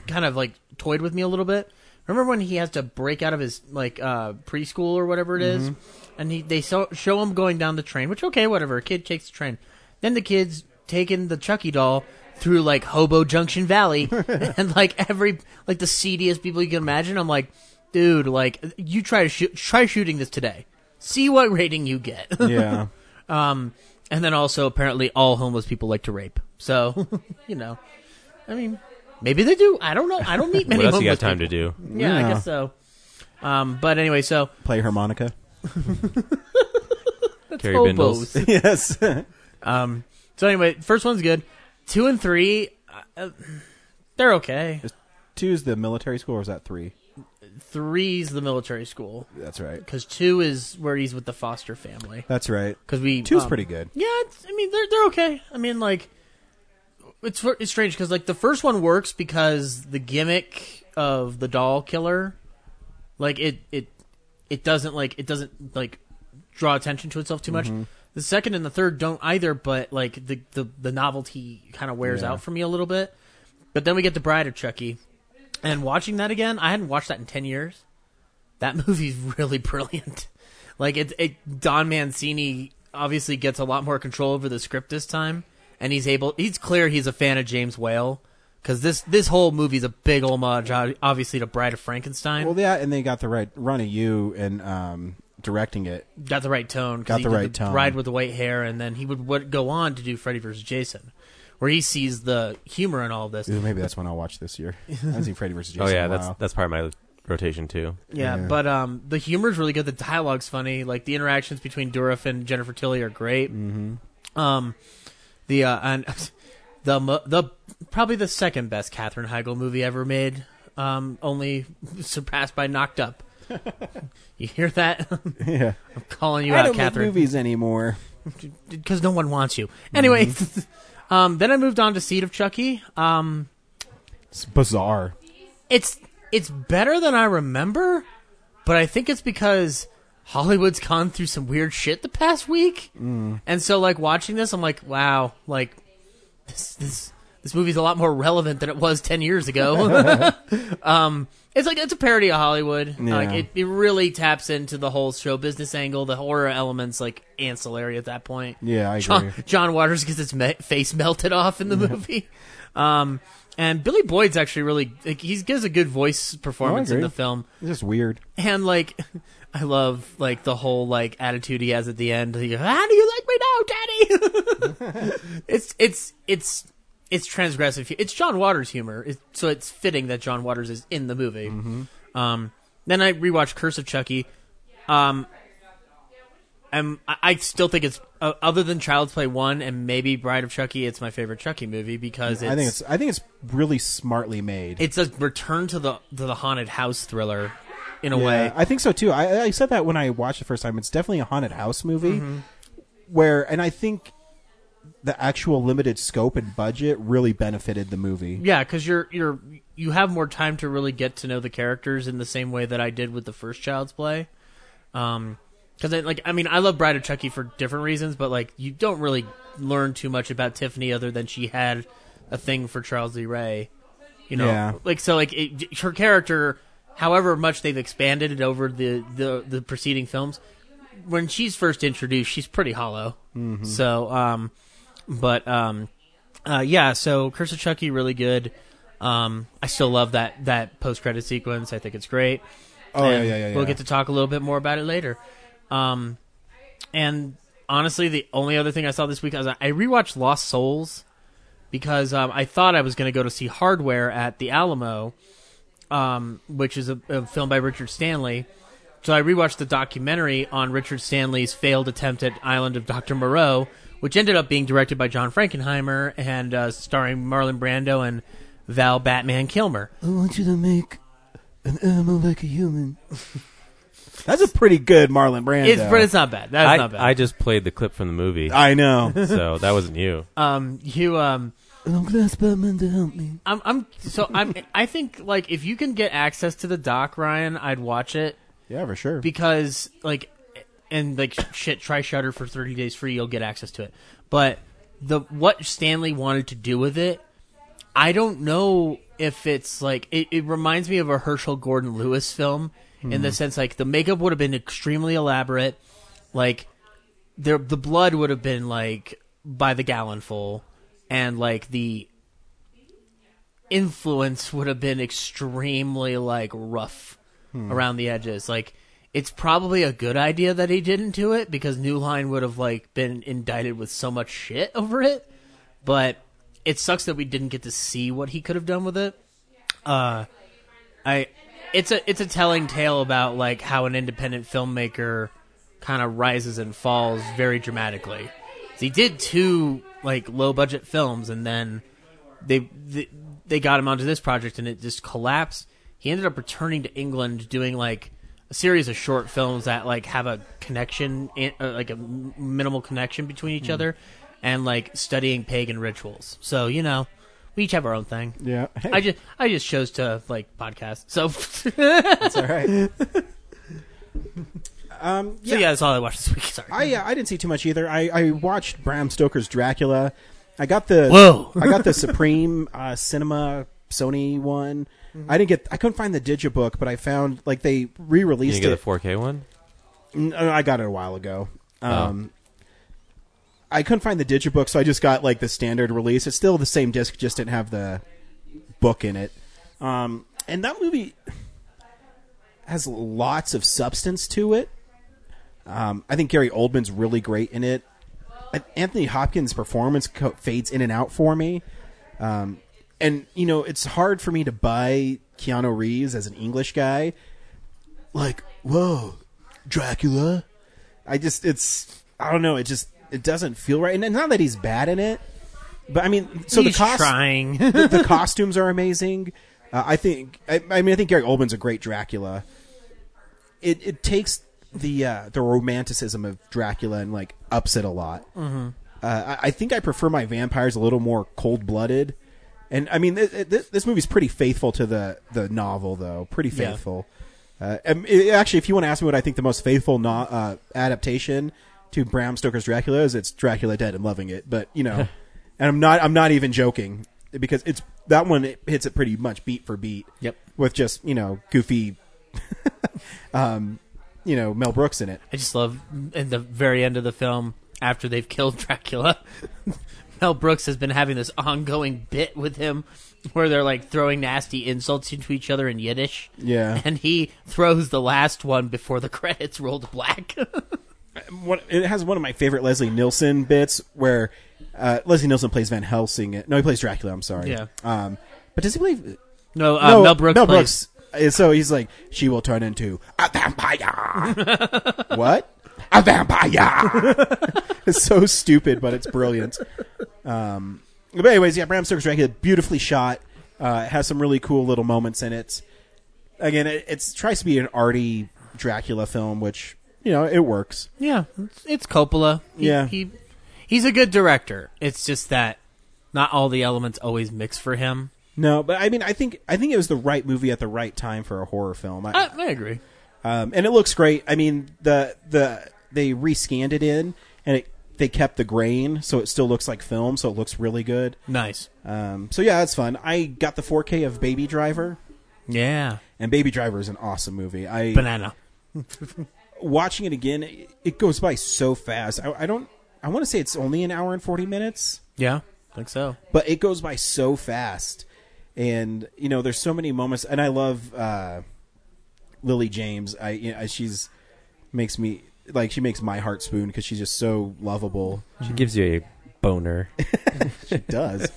[SPEAKER 5] kind of like toyed with me a little bit. Remember when he has to break out of his like uh preschool or whatever it is, and he, they so, show him going down the train, which okay, whatever. A kid takes the train. Then the kid's taking the Chucky doll through like Hobo Junction Valley and like every like the seediest people you can imagine. I'm like, dude, like you try to shoot, try shooting this today. See what rating you get.
[SPEAKER 1] Yeah.
[SPEAKER 5] Um, and then also apparently all homeless people like to rape. So, you know, I mean, maybe they do. I don't know. I don't meet many.
[SPEAKER 6] What else you
[SPEAKER 5] homeless
[SPEAKER 6] got time
[SPEAKER 5] people.
[SPEAKER 6] to do?
[SPEAKER 5] Yeah,
[SPEAKER 1] Yeah.
[SPEAKER 5] I guess so. Um, but anyway, so
[SPEAKER 1] Play harmonica.
[SPEAKER 6] Carrie Bindles.
[SPEAKER 5] hobos.
[SPEAKER 1] yes.
[SPEAKER 5] um, so anyway, first one's good. Two and three, uh, they're okay.
[SPEAKER 1] Two's the military school, or is that three?
[SPEAKER 5] Three's the military school
[SPEAKER 1] That's right.
[SPEAKER 5] because two is where he's with the foster family.
[SPEAKER 1] That's right.
[SPEAKER 5] Because we
[SPEAKER 1] Two's
[SPEAKER 5] um,
[SPEAKER 1] pretty good.
[SPEAKER 5] Yeah, it's, I mean they're they're okay. I mean like it's fr- it's strange because like the first one works because the gimmick of the doll killer, like it it it doesn't like it doesn't like draw attention to itself too much. The second and the third don't either, but like the the, the novelty kind of wears out for me a little bit. But then we get the Bride of Chucky, and watching that again, I hadn't watched that in ten years. That movie's really brilliant. Like it, it Don Mancini obviously gets a lot more control over the script this time, and he's able. He's clear he's a fan of James Whale because this this whole movie's a big homage, ob- obviously, to Bride of Frankenstein.
[SPEAKER 1] Well, yeah, and they got the right run of you and um, directing it.
[SPEAKER 5] got the right tone. 'cause
[SPEAKER 1] Got
[SPEAKER 5] he
[SPEAKER 1] the
[SPEAKER 5] did
[SPEAKER 1] right tone.
[SPEAKER 5] Bride with the white hair, and then he would, would go on to do Freddy vs. Jason, where he sees the humor in all of this.
[SPEAKER 1] Ooh, maybe that's one I'll watch this year. I haven't seen Freddy versus
[SPEAKER 6] Oh
[SPEAKER 1] Jason. in
[SPEAKER 6] yeah,
[SPEAKER 1] a
[SPEAKER 6] that's
[SPEAKER 1] while.
[SPEAKER 6] that's part of my rotation too.
[SPEAKER 5] Yeah, but um, the humor's really good. The dialogue's funny. Like the interactions between Dourif and Jennifer Tilly are great. Mm-hmm. Um, the uh, and the mo- the probably the second best Katherine Heigl movie ever made. Um, only surpassed by Knocked Up. you hear that?
[SPEAKER 1] yeah.
[SPEAKER 5] I'm calling you
[SPEAKER 1] I
[SPEAKER 5] out,
[SPEAKER 1] don't
[SPEAKER 5] Catherine
[SPEAKER 1] make movies anymore.
[SPEAKER 5] because no one wants you. Anyway,
[SPEAKER 1] Mm-hmm.
[SPEAKER 5] um, then I moved on to Seed of Chucky. Um,
[SPEAKER 1] It's bizarre.
[SPEAKER 5] it's it's better than I remember, but I think it's because Hollywood's gone through some weird shit the past week,
[SPEAKER 1] Mm.
[SPEAKER 5] and so like watching this, I'm like, wow, like this this this movie's a lot more relevant than it was ten years ago. um, it's like it's a parody of Hollywood. Like
[SPEAKER 1] Yeah.
[SPEAKER 5] it, it really taps into the whole show business angle, the horror elements like ancillary at that point.
[SPEAKER 1] Yeah, I
[SPEAKER 5] John,
[SPEAKER 1] agree.
[SPEAKER 5] John Waters gets his me- face melted off in the movie. Um, and Billy Boyd's actually really like, he gives a good voice performance in
[SPEAKER 1] agree.
[SPEAKER 5] the film.
[SPEAKER 1] It's just weird.
[SPEAKER 5] And like I love like the whole like attitude he has at the end. He goes, How do you like me now, Daddy? it's it's it's it's transgressive. It's John Waters humor, it, so it's fitting that John Waters is in the movie.
[SPEAKER 1] Mm-hmm.
[SPEAKER 5] Um, then I rewatched Curse of Chucky. Um, I'm, I- I still think it's uh, other than Child's Play one and maybe Bride of Chucky, it's my favorite Chucky movie because it's,
[SPEAKER 1] I think it's I think it's really smartly made.
[SPEAKER 5] it's a return to the to the haunted house thriller in a
[SPEAKER 1] Yeah,
[SPEAKER 5] way.
[SPEAKER 1] I think so too. I, I said that when I watched the first time. It's definitely a haunted house movie,
[SPEAKER 5] Mm-hmm.
[SPEAKER 1] where and I think the actual limited scope and budget really benefited the movie.
[SPEAKER 5] Yeah, because you're you're you have more time to really get to know the characters in the same way that I did with the first Child's Play. Um, because I like I mean I love Bride of Chucky for different reasons, but like you don't really learn too much about Tiffany other than she had a thing for Charles Lee Ray. You know,
[SPEAKER 1] Yeah.
[SPEAKER 5] like so like it, her character, however much they've expanded it over the the the preceding films, when she's first introduced, she's pretty hollow. So um, but um. Uh, yeah, so Curse of Chucky really good. Um, I still love that that post credit sequence. I think it's great.
[SPEAKER 1] Oh yeah,
[SPEAKER 5] And
[SPEAKER 1] yeah, yeah.
[SPEAKER 5] We'll
[SPEAKER 1] yeah.
[SPEAKER 5] get to talk a little bit more about it later. Um, and honestly, the only other thing I saw this week was I I rewatched Lost Souls because um, I thought I was going to go to see Hardware at the Alamo, um, which is a, a film by Richard Stanley. So I rewatched the documentary on Richard Stanley's failed attempt at Island of Dr. Moreau, which ended up being directed by John Frankenheimer and uh, starring Marlon Brando and Val Batman Kilmer.
[SPEAKER 7] I want you to make an animal like a human.
[SPEAKER 1] That's a pretty good Marlon Brando.
[SPEAKER 5] It's, but it's not bad. That's
[SPEAKER 6] I,
[SPEAKER 5] not bad.
[SPEAKER 6] I just played the clip from the movie,
[SPEAKER 1] I know.
[SPEAKER 6] so that wasn't you.
[SPEAKER 5] um, you um,
[SPEAKER 7] And I'm gonna ask Batman to help me.
[SPEAKER 5] I'm, I'm so I'm I think like if you can get access to the doc, Ryan, I'd watch it
[SPEAKER 1] yeah, for sure.
[SPEAKER 5] because like and like shit, try Shutter for thirty days free, you'll get access to it. But the what Stanley wanted to do with it, I don't know if it's like it, it reminds
[SPEAKER 1] Hmm.
[SPEAKER 5] me of a Herschel Gordon Lewis film in the sense like the makeup would have been extremely elaborate. like there the blood would have been like by the gallonful and like the influence would have been extremely like rough around the edges like it's probably a good idea that he didn't do it because new line would have like been indicted with so much shit over it but it sucks that we didn't get to see what he could have done with it uh I it's a it's a telling tale about like how an independent filmmaker kind of rises and falls very dramatically. He did two like low budget films and then they, they they got him onto this project and it just collapsed. He ended up returning to England doing like a series of short films that like have a connection in- uh, like a m- minimal connection between
[SPEAKER 1] Hmm.
[SPEAKER 5] each other and like studying pagan rituals. So, you know, we each have our own thing.
[SPEAKER 1] Yeah. Hey,
[SPEAKER 5] I just I just chose to like podcast. So so
[SPEAKER 1] it's all right. um,
[SPEAKER 5] yeah. that's all I watched this week. Sorry.
[SPEAKER 1] I uh, I didn't see too much either. I, I watched Bram Stoker's Dracula. I got the
[SPEAKER 5] Whoa.
[SPEAKER 1] I got the Supreme uh, Cinema Sony one. I didn't get. I couldn't find the digibook, but I found like they
[SPEAKER 6] You
[SPEAKER 1] re-released
[SPEAKER 6] didn't get
[SPEAKER 1] it.
[SPEAKER 6] the 4K one?
[SPEAKER 1] N- uh, I got it a while ago.
[SPEAKER 6] Oh.
[SPEAKER 1] Um, I couldn't find the digibook, so I just got like the standard release. It's still the same disc, just didn't have the book in it. Um, and that movie has lots of substance to it. Um, I think Gary Oldman's really great in it. Uh, Anthony Hopkins' performance co- fades in and out for me. Um, and you know, it's hard for me to buy Keanu Reeves as an English guy. Like, whoa, Dracula. I just it's I don't know. It just it doesn't feel right. And not that he's bad in it, but I mean, so
[SPEAKER 5] He's
[SPEAKER 1] the cost
[SPEAKER 5] trying.
[SPEAKER 1] the, the costumes are amazing. Uh, I think I, I mean I think Gary Oldman's a great Dracula. It it takes the uh, the romanticism of Dracula and like ups it a lot.
[SPEAKER 5] Mm-hmm.
[SPEAKER 1] Uh, I, I think I prefer my vampires a little more cold blooded, and I mean th- th- this movie's pretty faithful to the the novel though, pretty
[SPEAKER 5] Yeah.
[SPEAKER 1] faithful. Uh, um, i- actually, if you want to ask me what I think the most faithful no- uh, adaptation to Bram Stoker's Dracula is, it's Dracula Dead and Loving It. But you know, and I'm not I'm not even joking because it's that one it hits it pretty much beat for beat.
[SPEAKER 5] Yep.
[SPEAKER 1] With just you know goofy, um, you know Mel Brooks in it.
[SPEAKER 5] I just love in the very end of the film after they've killed Dracula. Mel Brooks has been having this ongoing bit with him where they're like throwing nasty insults into each other in Yiddish.
[SPEAKER 1] Yeah.
[SPEAKER 5] And he throws the last one before the credits roll to black.
[SPEAKER 1] one, it has one of my favorite Leslie Nielsen bits where uh, Leslie Nielsen plays Van Helsing. No, he plays Dracula. I'm sorry.
[SPEAKER 5] Yeah.
[SPEAKER 1] Um, but does he play?
[SPEAKER 5] no, uh, Mel Brooks plays-
[SPEAKER 1] Uh, So he's like, she will turn into a vampire. what? A vampire. it's so stupid, but it's brilliant. Um, but anyways, yeah, Bram Stoker's Dracula, beautifully shot. Uh, it has some really cool little moments in it. Again, it it's, tries to be an arty Dracula film, which you know it works.
[SPEAKER 5] Yeah, it's, it's Coppola. He-
[SPEAKER 1] Yeah.
[SPEAKER 5] he he's a good director. It's just that not all the elements always mix for him.
[SPEAKER 1] No, but I mean, I think I think it was the right movie at the right time for a horror film, I,
[SPEAKER 5] I, I agree.
[SPEAKER 1] um, and it looks great. I mean, the the they rescanned it in, and it they kept the grain, so it still looks like film, so it looks really good.
[SPEAKER 5] Nice.
[SPEAKER 1] Um, so yeah, it's fun. I got the 4K of Baby Driver,
[SPEAKER 5] Yeah.
[SPEAKER 1] and Baby Driver is an awesome movie. I
[SPEAKER 5] Banana.
[SPEAKER 1] watching it again, it, it goes by so fast. I, I don't. I want to say it's only an hour and 40 minutes.
[SPEAKER 5] Yeah. I think so.
[SPEAKER 1] but it goes by so fast and you know there's so many moments and i love uh lily james i you know, she's makes me like she makes my heart spoon because she's just so lovable
[SPEAKER 6] She gives you a boner.
[SPEAKER 1] she does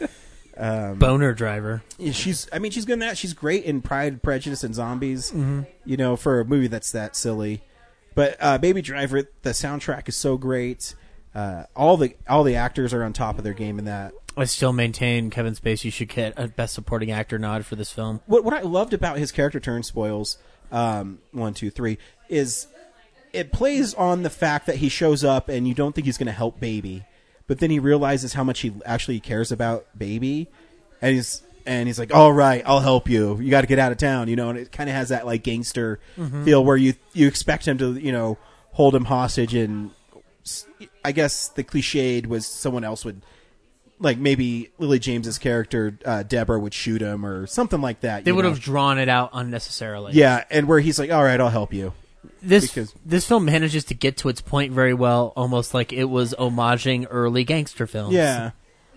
[SPEAKER 5] Boner driver.
[SPEAKER 1] Yeah, she's i mean she's good in that she's great in pride prejudice and zombies you know for a movie that's that silly but uh baby driver the soundtrack is so great uh all the all the actors are on top of their game in that
[SPEAKER 5] I still maintain Kevin Spacey should get a Best Supporting Actor nod for this film.
[SPEAKER 1] what what I loved about his character turn spoils um, one two three is it plays on the fact that he shows up and you don't think he's going to help baby, but then he realizes how much he actually cares about baby, and he's and he's like, "All right, I'll help you. You got to get out of town," you know. And it kind of has that like gangster feel where you you expect him to you know hold him hostage and s- I guess the cliched was someone else would like maybe Lily James's character uh, Deborah would shoot him or something like that.
[SPEAKER 5] They
[SPEAKER 1] you
[SPEAKER 5] would
[SPEAKER 1] know?
[SPEAKER 5] have drawn it out unnecessarily.
[SPEAKER 1] yeah, and where he's like, "All right, I'll help you,"
[SPEAKER 5] this
[SPEAKER 1] Because-
[SPEAKER 5] this film manages to get to its point very well, almost like it was homaging early gangster films.
[SPEAKER 1] Yeah.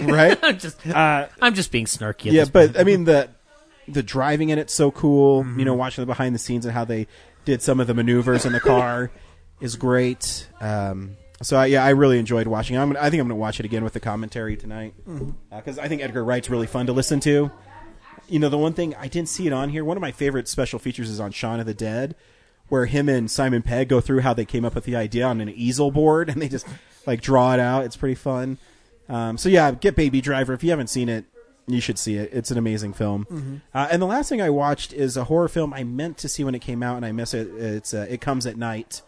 [SPEAKER 1] right?
[SPEAKER 5] I'm just I'm just being snarky. At
[SPEAKER 1] yeah,
[SPEAKER 5] this
[SPEAKER 1] but I mean the the driving in it's so cool. You
[SPEAKER 5] Mm-hmm.
[SPEAKER 1] know, watching the behind the scenes and how they did some of the maneuvers in the car is great. Um, so I, yeah, I really enjoyed watching. it. I'm gonna, I think I'm going to watch it again with the commentary tonight
[SPEAKER 5] Mm-hmm.
[SPEAKER 1] because I think Edgar Wright's really fun to listen to. You know, the one thing I didn't see it on here. One of my favorite special features is on Shaun of the Dead, where him and Simon Pegg go through how they came up with the idea on an easel board, and they just like draw it out. It's pretty fun. Um, so yeah, get Baby Driver if you haven't seen it. You should see it. It's an amazing film. Uh, and the last thing I watched is a horror film I meant to see when it came out, and I miss it. It's uh, It Comes at Night,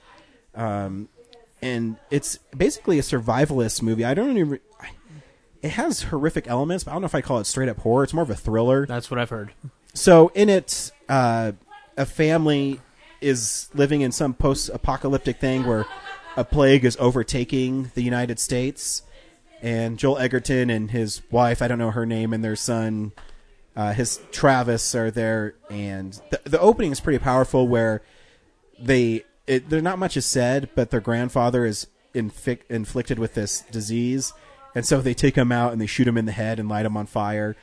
[SPEAKER 1] um, and it's basically a survivalist movie. I don't even. I- It has horrific elements, but I don't know if I call it straight up horror. It's more of a thriller.
[SPEAKER 5] That's what I've heard.
[SPEAKER 1] So in it, uh, a family is living in some post-apocalyptic thing where a plague is overtaking the United States, and Joel Egerton and his wife—I don't know her name—and their son, uh, his Travis, are there. And the, the opening is pretty powerful, where they it, there not much is said, but their grandfather is infic- inflicted with this disease, and so they take him out and they shoot him in the head and light him on fire.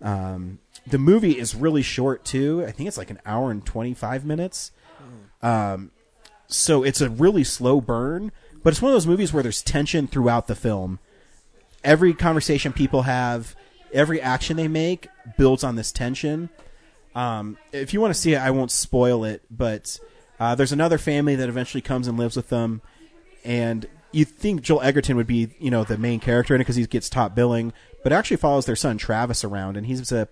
[SPEAKER 1] Um, the movie is really short too. I think it's like an hour and twenty five minutes. Um, so it's a really slow burn, but it's one of those movies where there's tension throughout the film. Every conversation people have, every action they make builds on this tension if you want to see it, I won't spoil it, but uh, there's another family that eventually comes and lives with them, and you think Joel Egerton would be, you know, the main character in it because he gets top billing, but it actually follows their son Travis around, and he's a,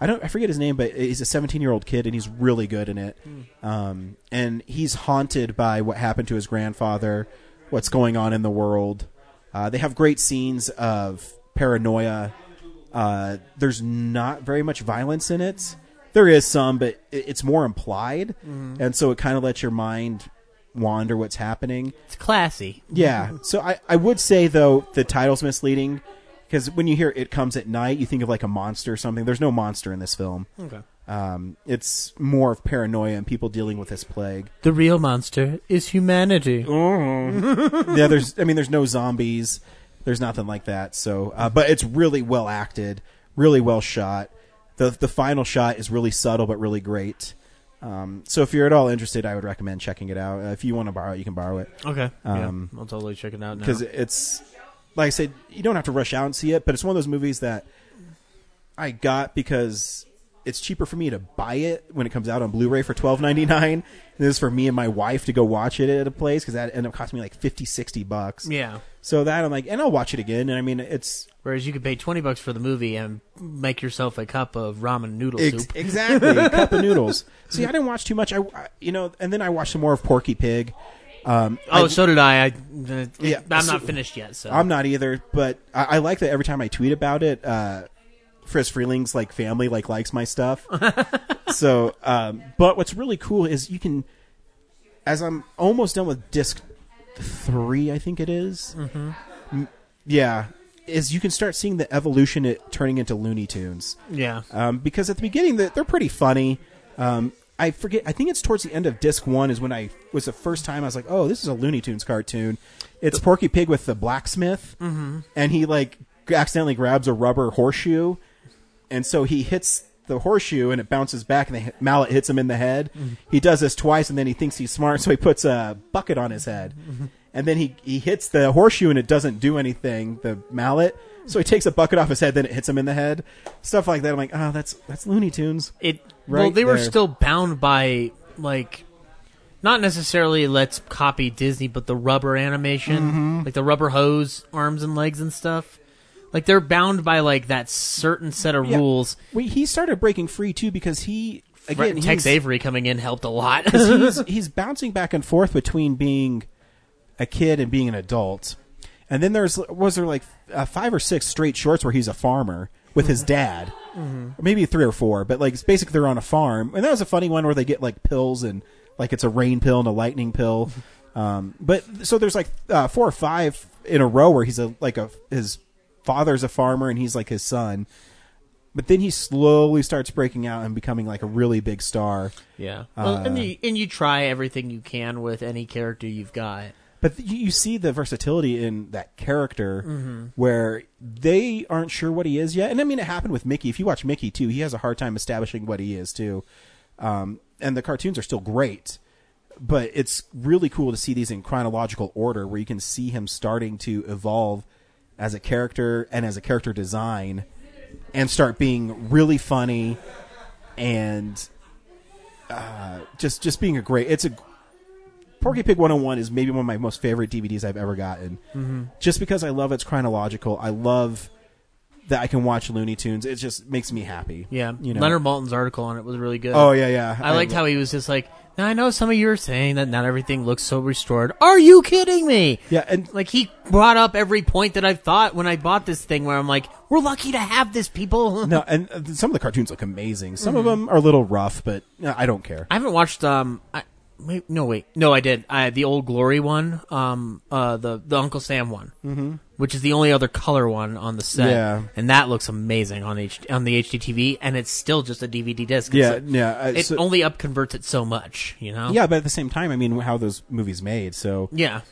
[SPEAKER 1] I don't, I forget his name, but he's a 17 year old kid, and he's really good in it, um, and he's haunted by what happened to his grandfather, what's going on in the world. Uh, they have great scenes of paranoia uh, there's not very much violence in it. There is some, but it- it's more implied, and so it kind of lets your mind wander what's happening.
[SPEAKER 5] It's classy.
[SPEAKER 1] Yeah. So I, I would say though the title's misleading because when you hear it comes at night, you think of like a monster or something. There's no monster in this film.
[SPEAKER 5] Okay.
[SPEAKER 1] Um, it's more of paranoia and people dealing with this plague.
[SPEAKER 5] The real monster is humanity.
[SPEAKER 1] Oh. yeah, there's. I mean, there's no zombies. There's nothing like that. So, uh, but it's really well acted, really well shot. the The final shot is really subtle but really great. Um, so, if you're at all interested, I would recommend checking it out. Uh, if you want to borrow it, you can borrow it
[SPEAKER 5] Okay.
[SPEAKER 1] Um,
[SPEAKER 5] yeah, I'll totally check it out now.
[SPEAKER 1] because it's like I said, you don't have to rush out and see it, but it's one of those movies that I got because it's cheaper for me to buy it when it comes out on Blu-ray for twelve ninety nine. This is for me and my wife to go watch it at a place because that ended up costing me like 50, 60 bucks.
[SPEAKER 5] yeah.
[SPEAKER 1] So that I'm like, and I'll watch it again. And I mean, it's
[SPEAKER 5] Whereas you could pay twenty bucks for the movie and make yourself a cup of ramen noodle
[SPEAKER 1] ex-
[SPEAKER 5] soup.
[SPEAKER 1] exactly cup of noodles. See, I didn't watch too much. I, I- you know, and then I watched some more of Porky Pig. Um,
[SPEAKER 5] Oh,
[SPEAKER 1] I-
[SPEAKER 5] so did I. I
[SPEAKER 1] Yeah,
[SPEAKER 5] I'm
[SPEAKER 1] so-
[SPEAKER 5] not finished yet. So
[SPEAKER 1] I'm not either, but I, I like that every time I tweet about it, uh, Fris Freeling's like family like likes my stuff. so, um, but what's really cool is you can, as I'm almost done with disc three, I think it is. M- Yeah, is you can start seeing the evolution it turning into Looney Tunes.
[SPEAKER 5] yeah.
[SPEAKER 1] um, because at the beginning they're, they're pretty funny. Um, I forget. I think it's towards the end of disc one is when I was the first time I was like, "Oh, this is a Looney Tunes cartoon." It's Porky Pig with the blacksmith, and he like accidentally grabs a rubber horseshoe, and so he hits the horseshoe and it bounces back, and the he- mallet hits him in the head. He does this twice, and then he thinks he's smart, so he puts a bucket on his head, and then he he hits the horseshoe and it doesn't do anything. The mallet. So he takes a bucket off his head, then it hits him in the head. Stuff like that. I'm like, oh, that's that's Looney Tunes.
[SPEAKER 5] It well,
[SPEAKER 1] Right
[SPEAKER 5] they were
[SPEAKER 1] there.
[SPEAKER 5] still bound by like not necessarily let's copy Disney, but the rubber animation,
[SPEAKER 1] Mm-hmm.
[SPEAKER 5] like the rubber hose, arms and legs and stuff. Like they're bound by like that certain set of
[SPEAKER 1] Yeah.
[SPEAKER 5] rules.
[SPEAKER 1] Wait, he started breaking free too because he again
[SPEAKER 5] Right, Tex
[SPEAKER 1] he's-
[SPEAKER 5] Avery coming in helped a lot.
[SPEAKER 1] 'cause he's he's bouncing back and forth between being a kid and being an adult. And then there's was there like uh, five or six straight shorts where he's a farmer with his dad, Or maybe three or four. But like it's basically they're on a farm, and that was a funny one where they get like pills and like it's a rain pill and a lightning pill. Um, but so there's like uh, four or five in a row where he's a like a his father's a farmer and he's like his son But then he slowly starts breaking out and becoming like a really big star.
[SPEAKER 5] Yeah. Well, and,
[SPEAKER 1] Uh,
[SPEAKER 5] you, and you try everything you can with any character you've got.
[SPEAKER 1] But th- you you see the versatility in that character where they aren't sure what he is yet. And I mean, it happened with Mickey. If you watch Mickey too, he has a hard time establishing what he is too. Um, and the cartoons are still great, but it's really cool to see these in chronological order where you can see him starting to evolve as a character and as a character design and start being really funny and uh, just just being a great it's a Porky Pig 101 is maybe one of my most favorite DVDs I've ever gotten.
[SPEAKER 5] Mm-hmm.
[SPEAKER 1] Just because I love it's chronological. I love that I can watch Looney Tunes. It just makes me happy.
[SPEAKER 5] Yeah.
[SPEAKER 1] You know?
[SPEAKER 5] Leonard Malton's article on it was really good.
[SPEAKER 1] Oh, yeah, yeah.
[SPEAKER 5] I liked how he was just like, now I know some of you are saying that not everything looks so restored. Are you kidding me?
[SPEAKER 1] Yeah, and-
[SPEAKER 5] like he brought up every point that I thought when I bought this thing where I'm like, we're lucky to have this people.
[SPEAKER 1] No, and uh, some of the cartoons look amazing. Some of them are a little rough, but uh, I don't care.
[SPEAKER 5] Mm-hmm. I haven't watched um I wait, no wait. No, I did. I the old glory one, um uh the the Uncle Sam one. Mm-hmm. Which is the only other color one on the set.
[SPEAKER 1] Yeah.
[SPEAKER 5] And that looks amazing on H- on the HDTV and it's still just a DVD disc. It's
[SPEAKER 1] Yeah,
[SPEAKER 5] like-
[SPEAKER 1] yeah, I-
[SPEAKER 5] it
[SPEAKER 1] so-
[SPEAKER 5] only up converts it so much, you know?
[SPEAKER 1] Yeah, but at the same time, I mean, how those movies made. So
[SPEAKER 5] Yeah.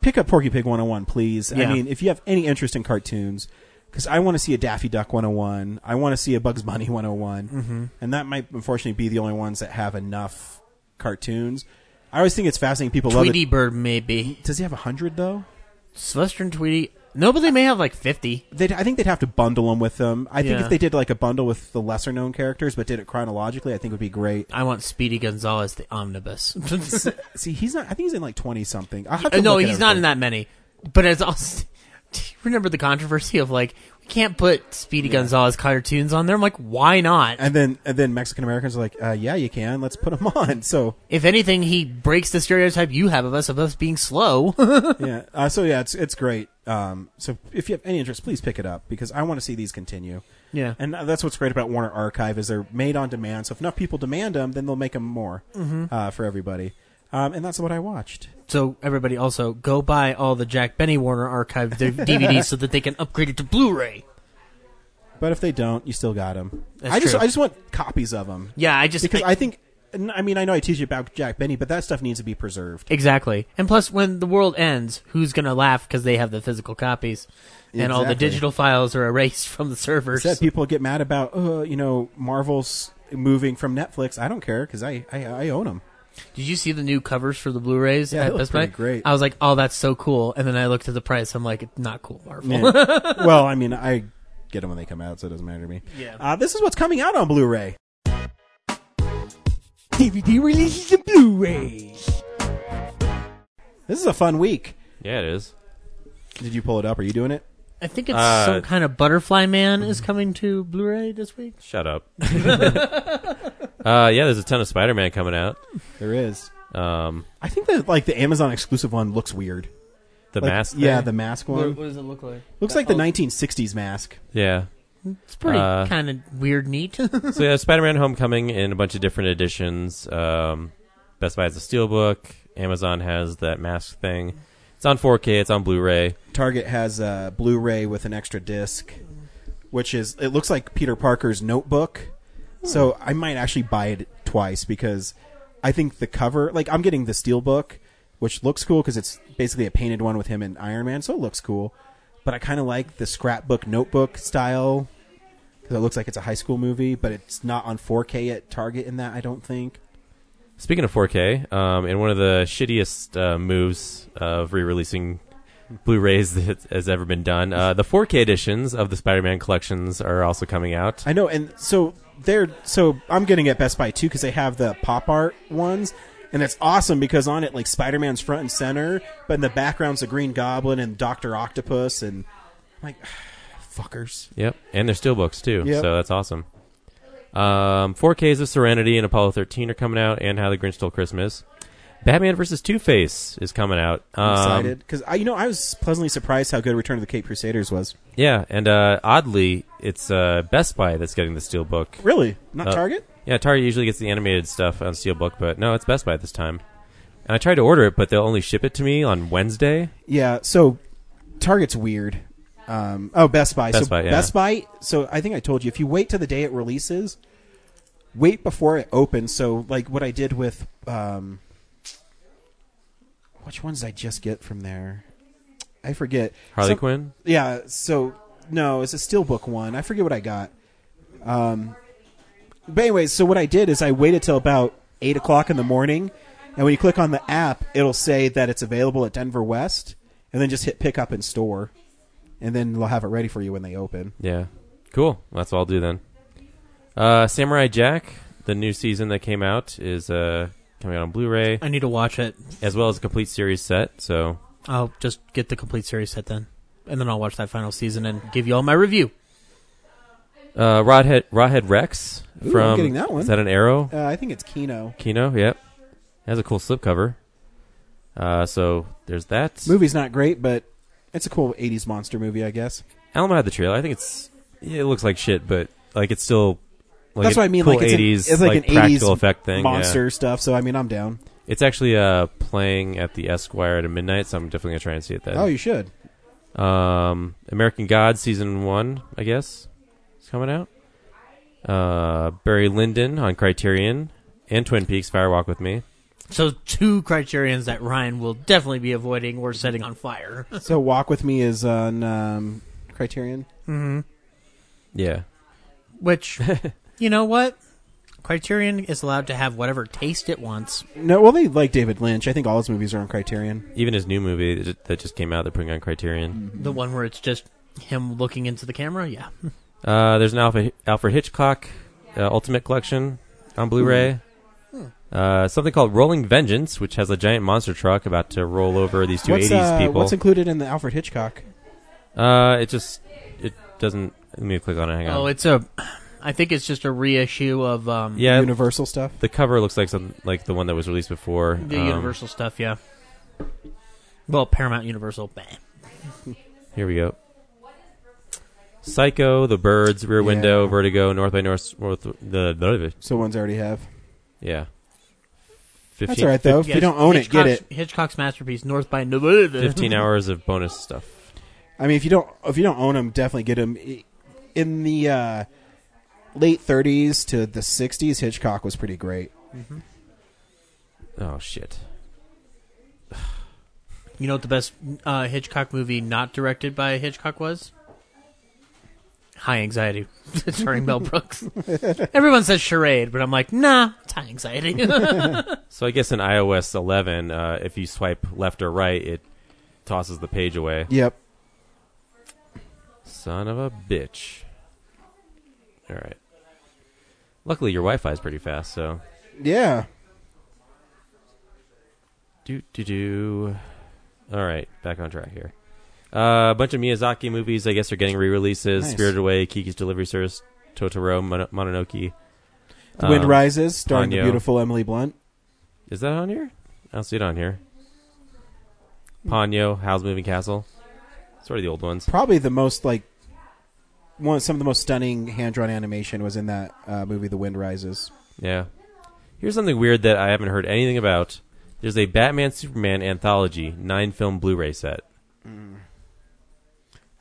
[SPEAKER 1] pick up Porky Pig 101, please. I
[SPEAKER 5] Yeah.
[SPEAKER 1] mean, if you have any interest in cartoons, because I want to see a Daffy Duck 101, I want to see a Bugs Bunny 101, mm-hmm. and that might unfortunately be the only ones that have enough cartoons. I always think it's fascinating. People love
[SPEAKER 5] Tweety
[SPEAKER 1] it.
[SPEAKER 5] Bird maybe.
[SPEAKER 1] Does he have a hundred though?
[SPEAKER 5] Sylvester and Tweety. No, but they may have like 50.
[SPEAKER 1] They'd, I think they'd have to bundle them with them. I think
[SPEAKER 5] Yeah.
[SPEAKER 1] if they did like a bundle with the lesser known characters, but did it chronologically, I think would be great.
[SPEAKER 5] I want Speedy Gonzalez the omnibus.
[SPEAKER 1] See, he's not. I think he's in like twenty something. I have
[SPEAKER 5] Uh,
[SPEAKER 1] to
[SPEAKER 5] no,
[SPEAKER 1] look at
[SPEAKER 5] he's not in
[SPEAKER 1] everything.
[SPEAKER 5] that many. But it's also. Do you remember the controversy of like we can't put Speedy Gonzalez cartoons on there? I'm like, why not?
[SPEAKER 1] And then and then Mexican Americans are like, uh, yeah, you can. Let's put him on. So
[SPEAKER 5] if anything, he breaks the stereotype you have of us of us being slow.
[SPEAKER 1] yeah. Uh, so yeah, it's it's great. Um, so if you have any interest, please pick it up because I want to see these continue.
[SPEAKER 5] Yeah.
[SPEAKER 1] and uh, that's what's great about Warner Archive is they're made on demand. So if enough people demand them, then they'll make them more
[SPEAKER 5] Mm-hmm.
[SPEAKER 1] uh, for everybody. Um, and that's what I watched.
[SPEAKER 5] so everybody also go buy all the Jack Benny Warner archive their DVDs so that they can upgrade it to Blu-ray.
[SPEAKER 1] But if they don't, you still got them.
[SPEAKER 5] That's
[SPEAKER 1] I just
[SPEAKER 5] true.
[SPEAKER 1] I just want copies of them.
[SPEAKER 5] Yeah, I just
[SPEAKER 1] because I, think n- I mean I know I teach you about Jack Benny, but that stuff needs to be preserved.
[SPEAKER 5] Exactly. And plus, when the world ends, who's going to laugh because they have the physical copies? And all the
[SPEAKER 1] Exactly.
[SPEAKER 5] digital files are erased from the servers.
[SPEAKER 1] Said people get mad about uh, you know Marvel's moving from Netflix. I don't care because I, I I own them.
[SPEAKER 5] Did you see the new covers for the Blu-rays
[SPEAKER 1] Yeah, they
[SPEAKER 5] at
[SPEAKER 1] look
[SPEAKER 5] Best Buy?
[SPEAKER 1] pretty great.
[SPEAKER 5] I was like, oh, that's so cool. And then I looked at the price. I'm like, it's not cool, Marvel.
[SPEAKER 1] well, I mean I get them when they come out, so it doesn't matter to me.
[SPEAKER 5] Yeah.
[SPEAKER 1] Uh, this is what's coming out on Blu-ray.
[SPEAKER 7] DVD releases and Blu-rays.
[SPEAKER 1] This is a fun week.
[SPEAKER 6] Yeah, it is.
[SPEAKER 1] Did you pull it up? Are you doing it?
[SPEAKER 5] I think it's
[SPEAKER 6] Uh,
[SPEAKER 5] some kind of Butterfly Man
[SPEAKER 1] Mhm.
[SPEAKER 5] is coming to Blu-ray this week.
[SPEAKER 6] Shut up. uh, yeah, there's a ton of Spider-Man coming out.
[SPEAKER 1] There is.
[SPEAKER 6] Um,
[SPEAKER 1] I think that like the Amazon exclusive one looks weird.
[SPEAKER 6] the
[SPEAKER 1] Like,
[SPEAKER 6] mask.
[SPEAKER 1] Yeah,
[SPEAKER 6] thing?
[SPEAKER 1] the mask one
[SPEAKER 5] does it look like?
[SPEAKER 1] looks like the 1960s mask.
[SPEAKER 6] yeah.
[SPEAKER 5] Oh, It's pretty
[SPEAKER 6] uh,
[SPEAKER 5] kind of weird, neat.
[SPEAKER 6] So yeah, Spider-Man: Homecoming in a bunch of different editions. Um, Best Buy has a steelbook. Amazon has that mask thing. It's on 4K. It's on Blu-ray.
[SPEAKER 1] Target has a Blu-ray with an extra disc, which is it looks like Peter Parker's notebook. So I might actually buy it twice because I think the cover, like I'm getting the Steelbook, which looks cool because it's basically a painted one with him and Iron Man, so it looks cool. But I kind of like the scrapbook notebook style because it looks like it's a high school movie, but it's not on 4K at Target in that I don't think.
[SPEAKER 6] Speaking of 4K, um, in one of the shittiest uh, moves of re-releasing Blu-rays that has ever been done, uh, the 4K editions of the Spider-Man collections are also coming out.
[SPEAKER 1] I know, and so they're so I'm getting at Best Buy too because they have the pop art ones, and it's awesome because on it like Spider Man's front and center, but in the background's the Green Goblin and Doctor Octopus, and I'm like fuckers.
[SPEAKER 6] Yep, and they're steelbooks too.
[SPEAKER 1] Yep.
[SPEAKER 6] So that's awesome. Um, 4Ks of Serenity and Apollo 13 are coming out, and How the Grinch Stole Christmas. Batman vs. Two Face is coming out.
[SPEAKER 1] I'm
[SPEAKER 6] Um,
[SPEAKER 1] excited because I you know I was pleasantly surprised how good Return of the Cape Crusaders was.
[SPEAKER 6] Yeah, and uh, oddly, it's uh, Best Buy that's getting the steelbook.
[SPEAKER 1] Really, not
[SPEAKER 6] Uh,
[SPEAKER 1] Target.
[SPEAKER 6] Yeah, Target usually gets the animated stuff on steelbook, but no, it's Best Buy this time. And I tried to order it, but they'll only ship it to me on Wednesday.
[SPEAKER 1] Yeah, so Target's weird Um, oh, Best Buy. so
[SPEAKER 6] Best Buy, yeah.
[SPEAKER 1] Best Buy. So I think I told you if you wait till the day it releases, wait before it opens. So like what I did with um, which ones did I just get from there? I forget.
[SPEAKER 6] Harley
[SPEAKER 1] Some-
[SPEAKER 6] Quinn.
[SPEAKER 1] Yeah. So no, it's a steelbook one. I forget what I got. Um, but anyways, so what I did is I waited till about eight o'clock in the morning, and when you click on the app, it'll say that it's available at Denver West, and then just hit pick up in store, and then they'll have it ready for you when they open.
[SPEAKER 6] Yeah. Cool. That's what I'll do then. Uh, Samurai Jack, the new season that came out, is uh, coming out on Blu-ray
[SPEAKER 5] I need to watch it.
[SPEAKER 6] as well as a complete series set. So
[SPEAKER 5] I'll just get the complete series set then, and then I'll watch that final season and give you all my review.
[SPEAKER 6] uh, Rodhead Rodhead Rex
[SPEAKER 1] Ooh,
[SPEAKER 6] from
[SPEAKER 1] I'm getting that one.
[SPEAKER 6] is that an arrow?
[SPEAKER 1] Uh, I think it's Kino.
[SPEAKER 6] Kino. Yep. Has a cool slipcover. Uh, so there's that.
[SPEAKER 1] Movie's not great, but it's a cool '80s monster movie, I guess.
[SPEAKER 6] Alamo had the trailer. I think it's it looks like shit, but like it's still like
[SPEAKER 1] That's
[SPEAKER 6] a
[SPEAKER 1] what I mean.
[SPEAKER 6] Cool
[SPEAKER 1] like it's,
[SPEAKER 6] 80s,
[SPEAKER 1] an, it's like, an
[SPEAKER 6] practical
[SPEAKER 1] 80s
[SPEAKER 6] effect thing. yeah.
[SPEAKER 1] monster stuff. So I mean, I'm down.
[SPEAKER 6] It's actually uh, playing at the Esquire at midnight, so I'm definitely gonna try and see it then.
[SPEAKER 1] Oh, you should.
[SPEAKER 6] Um, American God season one, I guess, is coming out. Uh, Barry Lyndon on Criterion and Twin Peaks Firewalk with Me.
[SPEAKER 5] So two criterions that Ryan will definitely be avoiding or setting on fire.
[SPEAKER 1] So Walk with Me is on um, Criterion.
[SPEAKER 6] Yeah,
[SPEAKER 5] Which, you know what? Criterion is allowed to have whatever taste it wants.
[SPEAKER 1] No, well, they like David Lynch. I think all his movies are on Criterion.
[SPEAKER 6] even his new movie that ju- that just came out, they're putting on
[SPEAKER 1] Mm-hmm.
[SPEAKER 6] Criterion.
[SPEAKER 5] The one where it's just him looking into the camera, yeah.
[SPEAKER 6] Uh, there's an Alfred, Alfred Hitchcock uh, Ultimate Collection on Blu-ray.
[SPEAKER 1] Mm-hmm.
[SPEAKER 6] Uh, something called Rolling Vengeance, which has a giant monster truck about to roll over these two
[SPEAKER 1] What's,
[SPEAKER 6] 80s
[SPEAKER 1] uh,
[SPEAKER 6] people.
[SPEAKER 1] what's included in the Alfred Hitchcock?
[SPEAKER 6] uh, it just it doesn't. Let me click on it. Hang on.
[SPEAKER 5] Oh, it's a. I think it's just a reissue of um,
[SPEAKER 6] yeah,
[SPEAKER 1] Universal stuff.
[SPEAKER 6] The cover looks like some like the one that was released before.
[SPEAKER 5] the
[SPEAKER 6] Um,
[SPEAKER 5] Universal stuff, yeah. Well, Paramount Universal, bam.
[SPEAKER 6] Here we go. Psycho, The Birds, Rear Window,
[SPEAKER 1] Yeah.
[SPEAKER 6] Vertigo, North by North, North the, the
[SPEAKER 1] So ones I already have.
[SPEAKER 6] yeah. 15,
[SPEAKER 1] That's all right though. If
[SPEAKER 5] Yes,
[SPEAKER 1] you don't own it, get
[SPEAKER 5] Hitchcock's-
[SPEAKER 1] it.
[SPEAKER 5] Hitchcock's masterpiece, North by North.
[SPEAKER 6] Fifteen hours of bonus stuff.
[SPEAKER 1] I mean, if you don't, if you don't own them, definitely get them. In the uh, late '30s to the '60s, Hitchcock was pretty great.
[SPEAKER 6] Oh shit.
[SPEAKER 5] You know what the best uh, Hitchcock movie not directed by Hitchcock was? High Anxiety, starring Mel Brooks. Everyone says charade, but I'm like, nah, it's High Anxiety.
[SPEAKER 6] So I guess in iOS 11, uh, if you swipe left or right, it tosses the page away.
[SPEAKER 1] Yep.
[SPEAKER 6] Son of a bitch. All right. Luckily, your Wi-Fi is pretty fast, so
[SPEAKER 1] Yeah.
[SPEAKER 6] Do do do. All right, back on track here. Uh, a bunch of Miyazaki movies, I guess, are getting re-releases:
[SPEAKER 1] Nice.
[SPEAKER 6] Spirited Away, Kiki's Delivery Service, Totoro, Mon- Mononoke.
[SPEAKER 1] The Wind
[SPEAKER 6] Um,
[SPEAKER 1] Rises, starring the
[SPEAKER 6] Ponyo.
[SPEAKER 1] beautiful Emily Blunt.
[SPEAKER 6] Is that on here? I don't see it on here. Ponyo, Howl's Moving Castle. Sort of the old ones.
[SPEAKER 1] Probably the most like one. Some of the most stunning hand-drawn animation was in that uh, movie, The Wind Rises.
[SPEAKER 6] Yeah. Here's something weird that I haven't heard anything about. There's a Batman Superman anthology, nine film Blu-ray set.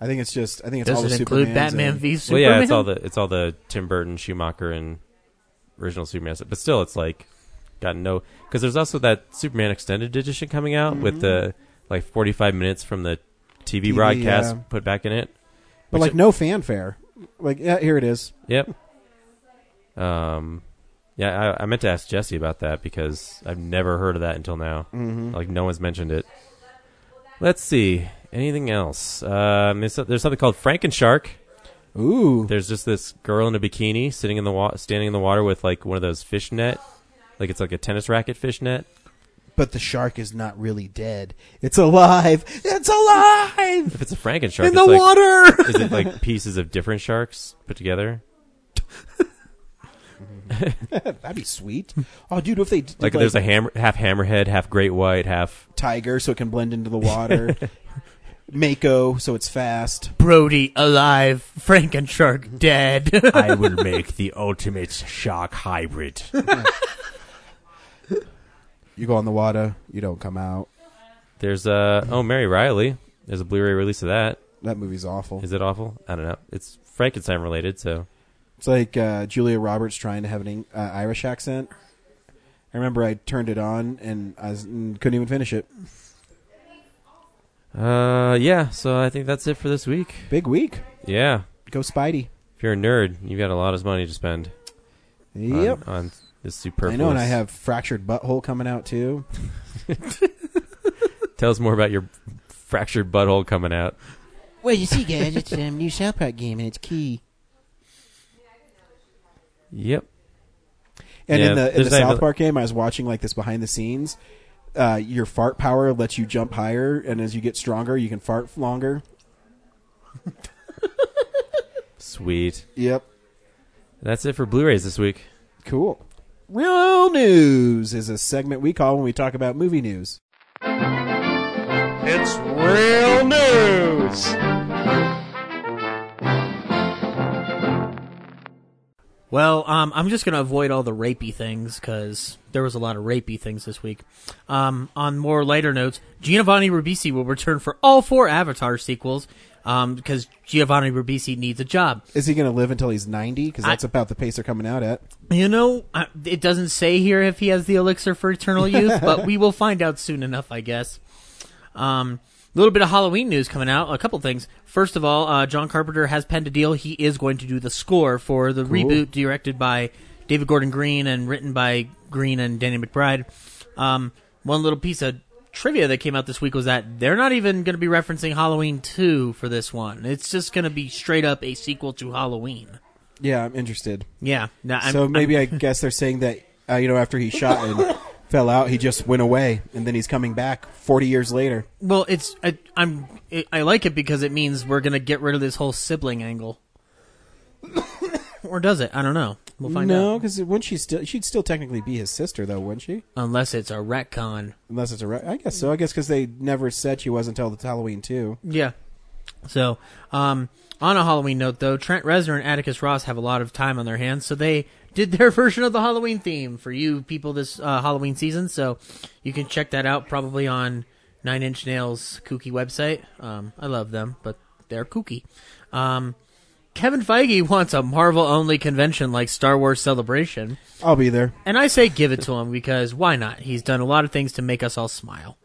[SPEAKER 1] I think it's just. I think it's all
[SPEAKER 5] Does
[SPEAKER 1] the
[SPEAKER 5] it include
[SPEAKER 1] Supermans
[SPEAKER 5] Batman
[SPEAKER 1] and-
[SPEAKER 5] v
[SPEAKER 6] Well,
[SPEAKER 5] Superman?
[SPEAKER 6] yeah, it's all the it's all the Tim Burton, Schumacher, and original Superman stuff. But still, it's like got no because there's also that Superman extended edition coming out with the like 45 minutes from the TV,
[SPEAKER 1] TV,
[SPEAKER 6] broadcast
[SPEAKER 1] yeah.
[SPEAKER 6] put back in it.
[SPEAKER 1] but
[SPEAKER 6] Which-
[SPEAKER 1] like no fanfare. Like yeah, here it is.
[SPEAKER 6] Yep. um, yeah, I, I meant to ask Jesse about that because I've never heard of that until now. Like no one's mentioned it. Let's see anything else. Um, there's, there's something called Frankenshark.
[SPEAKER 1] Ooh,
[SPEAKER 6] there's just this girl in a bikini sitting in the wa- standing in the water with like one of those fish net, like it's like a tennis racket fish net.
[SPEAKER 1] but the shark is not really dead. It's alive. It's alive
[SPEAKER 6] If it's a Franken shark,
[SPEAKER 1] in
[SPEAKER 6] it's
[SPEAKER 1] the
[SPEAKER 6] like,
[SPEAKER 1] water.
[SPEAKER 6] is it like pieces of different sharks put together?
[SPEAKER 1] That'd be sweet. Oh, dude, if they did,
[SPEAKER 6] Like, there's a hammer, half hammerhead, half great white, half
[SPEAKER 1] tiger, so it can blend into the water. Mako, so it's fast.
[SPEAKER 5] Brody alive, Frankenshark dead.
[SPEAKER 8] I will make the ultimate shark hybrid.
[SPEAKER 1] You go in the water, you don't come out.
[SPEAKER 6] There's uh oh Mary Riley. There's a Blu-ray release of that.
[SPEAKER 1] That movie's awful.
[SPEAKER 6] Is it awful? I don't know. It's Frankenstein related, so
[SPEAKER 1] It's like uh, Julia Roberts trying to have an Eng- uh, Irish accent. I remember I turned it on and I was- mm, couldn't even finish it.
[SPEAKER 6] uh, yeah. So I think that's it for this week.
[SPEAKER 1] Big week.
[SPEAKER 6] Yeah,
[SPEAKER 1] Go Spidey.
[SPEAKER 6] if you're a nerd, you've got a lot of money to spend. on-
[SPEAKER 1] Yep.
[SPEAKER 6] On, this superfluous.
[SPEAKER 1] I know, and I have fractured butthole coming out too.
[SPEAKER 6] Tell us more about your fractured butthole coming out.
[SPEAKER 7] Well, you see, guys, it's a um, new South Park game, and it's key.
[SPEAKER 6] Yep.
[SPEAKER 1] And
[SPEAKER 6] Yeah,
[SPEAKER 1] in the in
[SPEAKER 6] there's
[SPEAKER 1] the
[SPEAKER 6] not
[SPEAKER 1] South
[SPEAKER 6] another-
[SPEAKER 1] Park game, I was watching like this behind the scenes. Uh, your fart power lets you jump higher, and as you get stronger, you can fart longer.
[SPEAKER 6] Sweet.
[SPEAKER 1] Yep.
[SPEAKER 6] That's it for Blu-rays this week.
[SPEAKER 1] Cool. Real news is a segment we call when we talk about movie news.
[SPEAKER 2] It's real news.
[SPEAKER 5] Well, um, I'm just going to avoid all the rapey things because there was a lot of rapey things this week. Um, on more lighter notes, Giovanni Ribisi will return for all four Avatar sequels because Giovanni Ribisi needs a job.
[SPEAKER 1] Is he going to live until he's ninety? Because that's about the pace they're coming out at.
[SPEAKER 5] You know, I, it doesn't say here if he has the elixir for eternal youth, but we will find out soon enough, I guess. Um, a little bit of Halloween news coming out. A couple things. First of all, uh, John Carpenter has penned a deal. He is going to do the score for the reboot, directed by David Gordon Green and written by Green and Danny McBride. Um, one little piece of trivia that came out this week was that they're not even going to be referencing Halloween 2 for this one. It's just going to be straight up a sequel to Halloween.
[SPEAKER 1] Yeah, I'm interested.
[SPEAKER 5] Yeah. No, I'm-
[SPEAKER 1] so
[SPEAKER 5] I'm-
[SPEAKER 1] maybe i guess they're saying that uh, you know after he shot and fell out, he just went away, and then he's coming back forty years later.
[SPEAKER 5] Well, it's I, I'm I- I like it because it means we're gonna get rid of this whole sibling angle. or does it? I don't know. We'll find
[SPEAKER 1] no,
[SPEAKER 5] out.
[SPEAKER 1] because wouldn't she still? She'd still technically be his sister, though, wouldn't she?
[SPEAKER 5] Unless it's a retcon.
[SPEAKER 1] Unless it's a, re- I guess so. I guess because they never said she was until the Halloween two.
[SPEAKER 5] Yeah. So, um, on a Halloween note though, Trent Reznor and Atticus Ross have a lot of time on their hands, so they did their version of the Halloween theme for you people this uh, Halloween season. So, you can check that out probably on Nine Inch Nails kooky website. Um, I love them, but they're kooky. Um, Kevin Feige wants a Marvel only convention like Star Wars Celebration.
[SPEAKER 1] I'll be there.
[SPEAKER 5] And I say give it to him because why not? He's done a lot of things to make us all smile.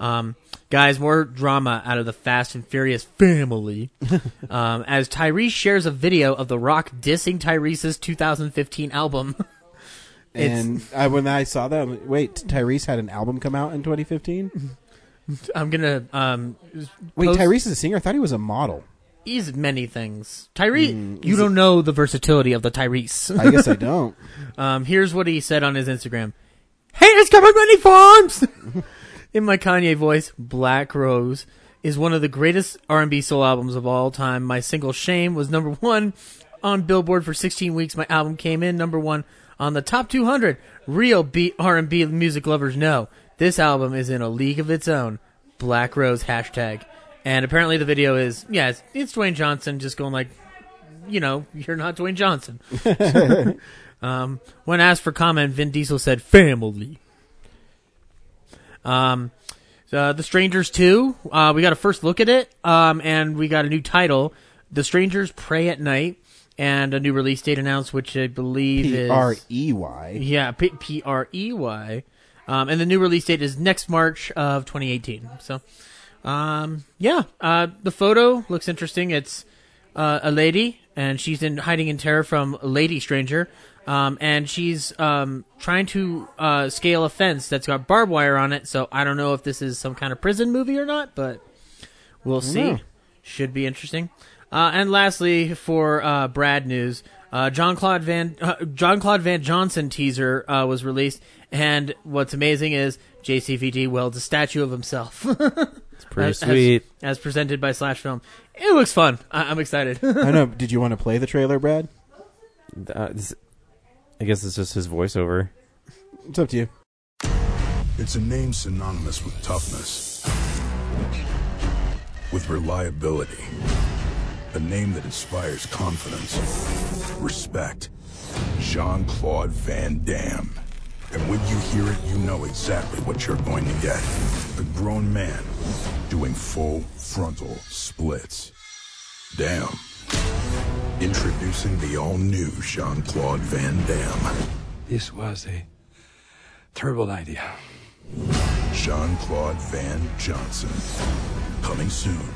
[SPEAKER 5] Um, guys, more drama out of the Fast and Furious family. um, as Tyrese shares a video of The Rock dissing Tyrese's 2015 album. It's-
[SPEAKER 1] And I, when I saw that, I'm like, wait, Tyrese had an album come out in 2015.
[SPEAKER 5] I'm gonna um,
[SPEAKER 1] Wait,
[SPEAKER 5] Post-
[SPEAKER 1] Tyrese is a singer. I thought he was a model.
[SPEAKER 5] ease many things. Tyrese,
[SPEAKER 1] Hmm,
[SPEAKER 5] you don't know the versatility of the Tyrese.
[SPEAKER 1] I guess I don't.
[SPEAKER 5] Um, here's what he said on his Instagram. Haters come in many forms. in my Kanye voice, Black Rose is one of the greatest R&B soul albums of all time. My single Shame was number one on Billboard for 16 weeks. My album came in number one on the top 200. Real beat R&B music lovers know this album is in a league of its own. Black Rose hashtag. And apparently the video is, yeah, it's, it's Dwayne Johnson just going like, you know, you're not Dwayne Johnson. Um, when asked for comment, Vin Diesel said "family." Um, uh, The Strangers Two. Uh, we got a first look at it, um, and we got a new title: The Strangers Pray at Night, and a new release date announced, which I believe
[SPEAKER 1] P
[SPEAKER 5] is
[SPEAKER 1] R E Y.
[SPEAKER 5] yeah P- P R E Y, um, and the new release date is next March of 2018. So, um, yeah, uh, the photo looks interesting. It's uh, a lady, and she's in hiding in terror from a lady stranger, um, and she's um, trying to uh, scale a fence that's got barbed wire on it. So I don't know if this is some kind of prison movie or not, but we'll see. Should be interesting. Uh, and lastly, for uh, Brad news, uh, John Claude Van uh, John Claude Van Johnson teaser uh, was released, and what's amazing is JCVD welds a statue of himself. it's
[SPEAKER 6] pretty sweet.
[SPEAKER 5] as, presented by Slash Film. It looks fun. I- I'm excited.
[SPEAKER 1] I know. Did you want to play the trailer, Brad?
[SPEAKER 6] Uh, this- I guess it's just his voiceover.
[SPEAKER 1] It's up to you.
[SPEAKER 9] It's a name synonymous with toughness, with reliability, a name that inspires confidence, respect. Jean Claude Van Damme. And when you hear it, you know exactly what you're going to get. A grown man doing full frontal splits. Damn. Introducing the all new Jean Claude Van Damme.
[SPEAKER 10] This was a terrible idea.
[SPEAKER 9] Jean Claude Van Johnson. Coming soon.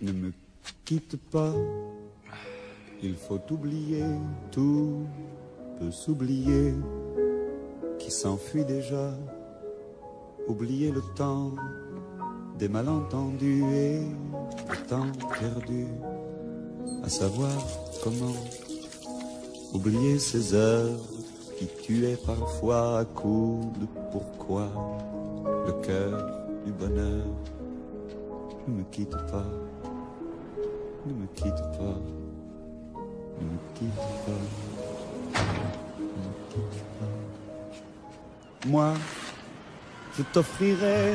[SPEAKER 11] Ne me quitte pas, il faut oublier, tout peut s'oublier, qui s'enfuit déjà, oublier le temps des malentendus et le temps perdu, à savoir comment oublier ces heures qui tuaient parfois à coups de pourquoi le cœur du bonheur ne me quitte pas, ne me quitte pas, ne me quitte pas, ne me quitte pas. Moi, je t'offrirai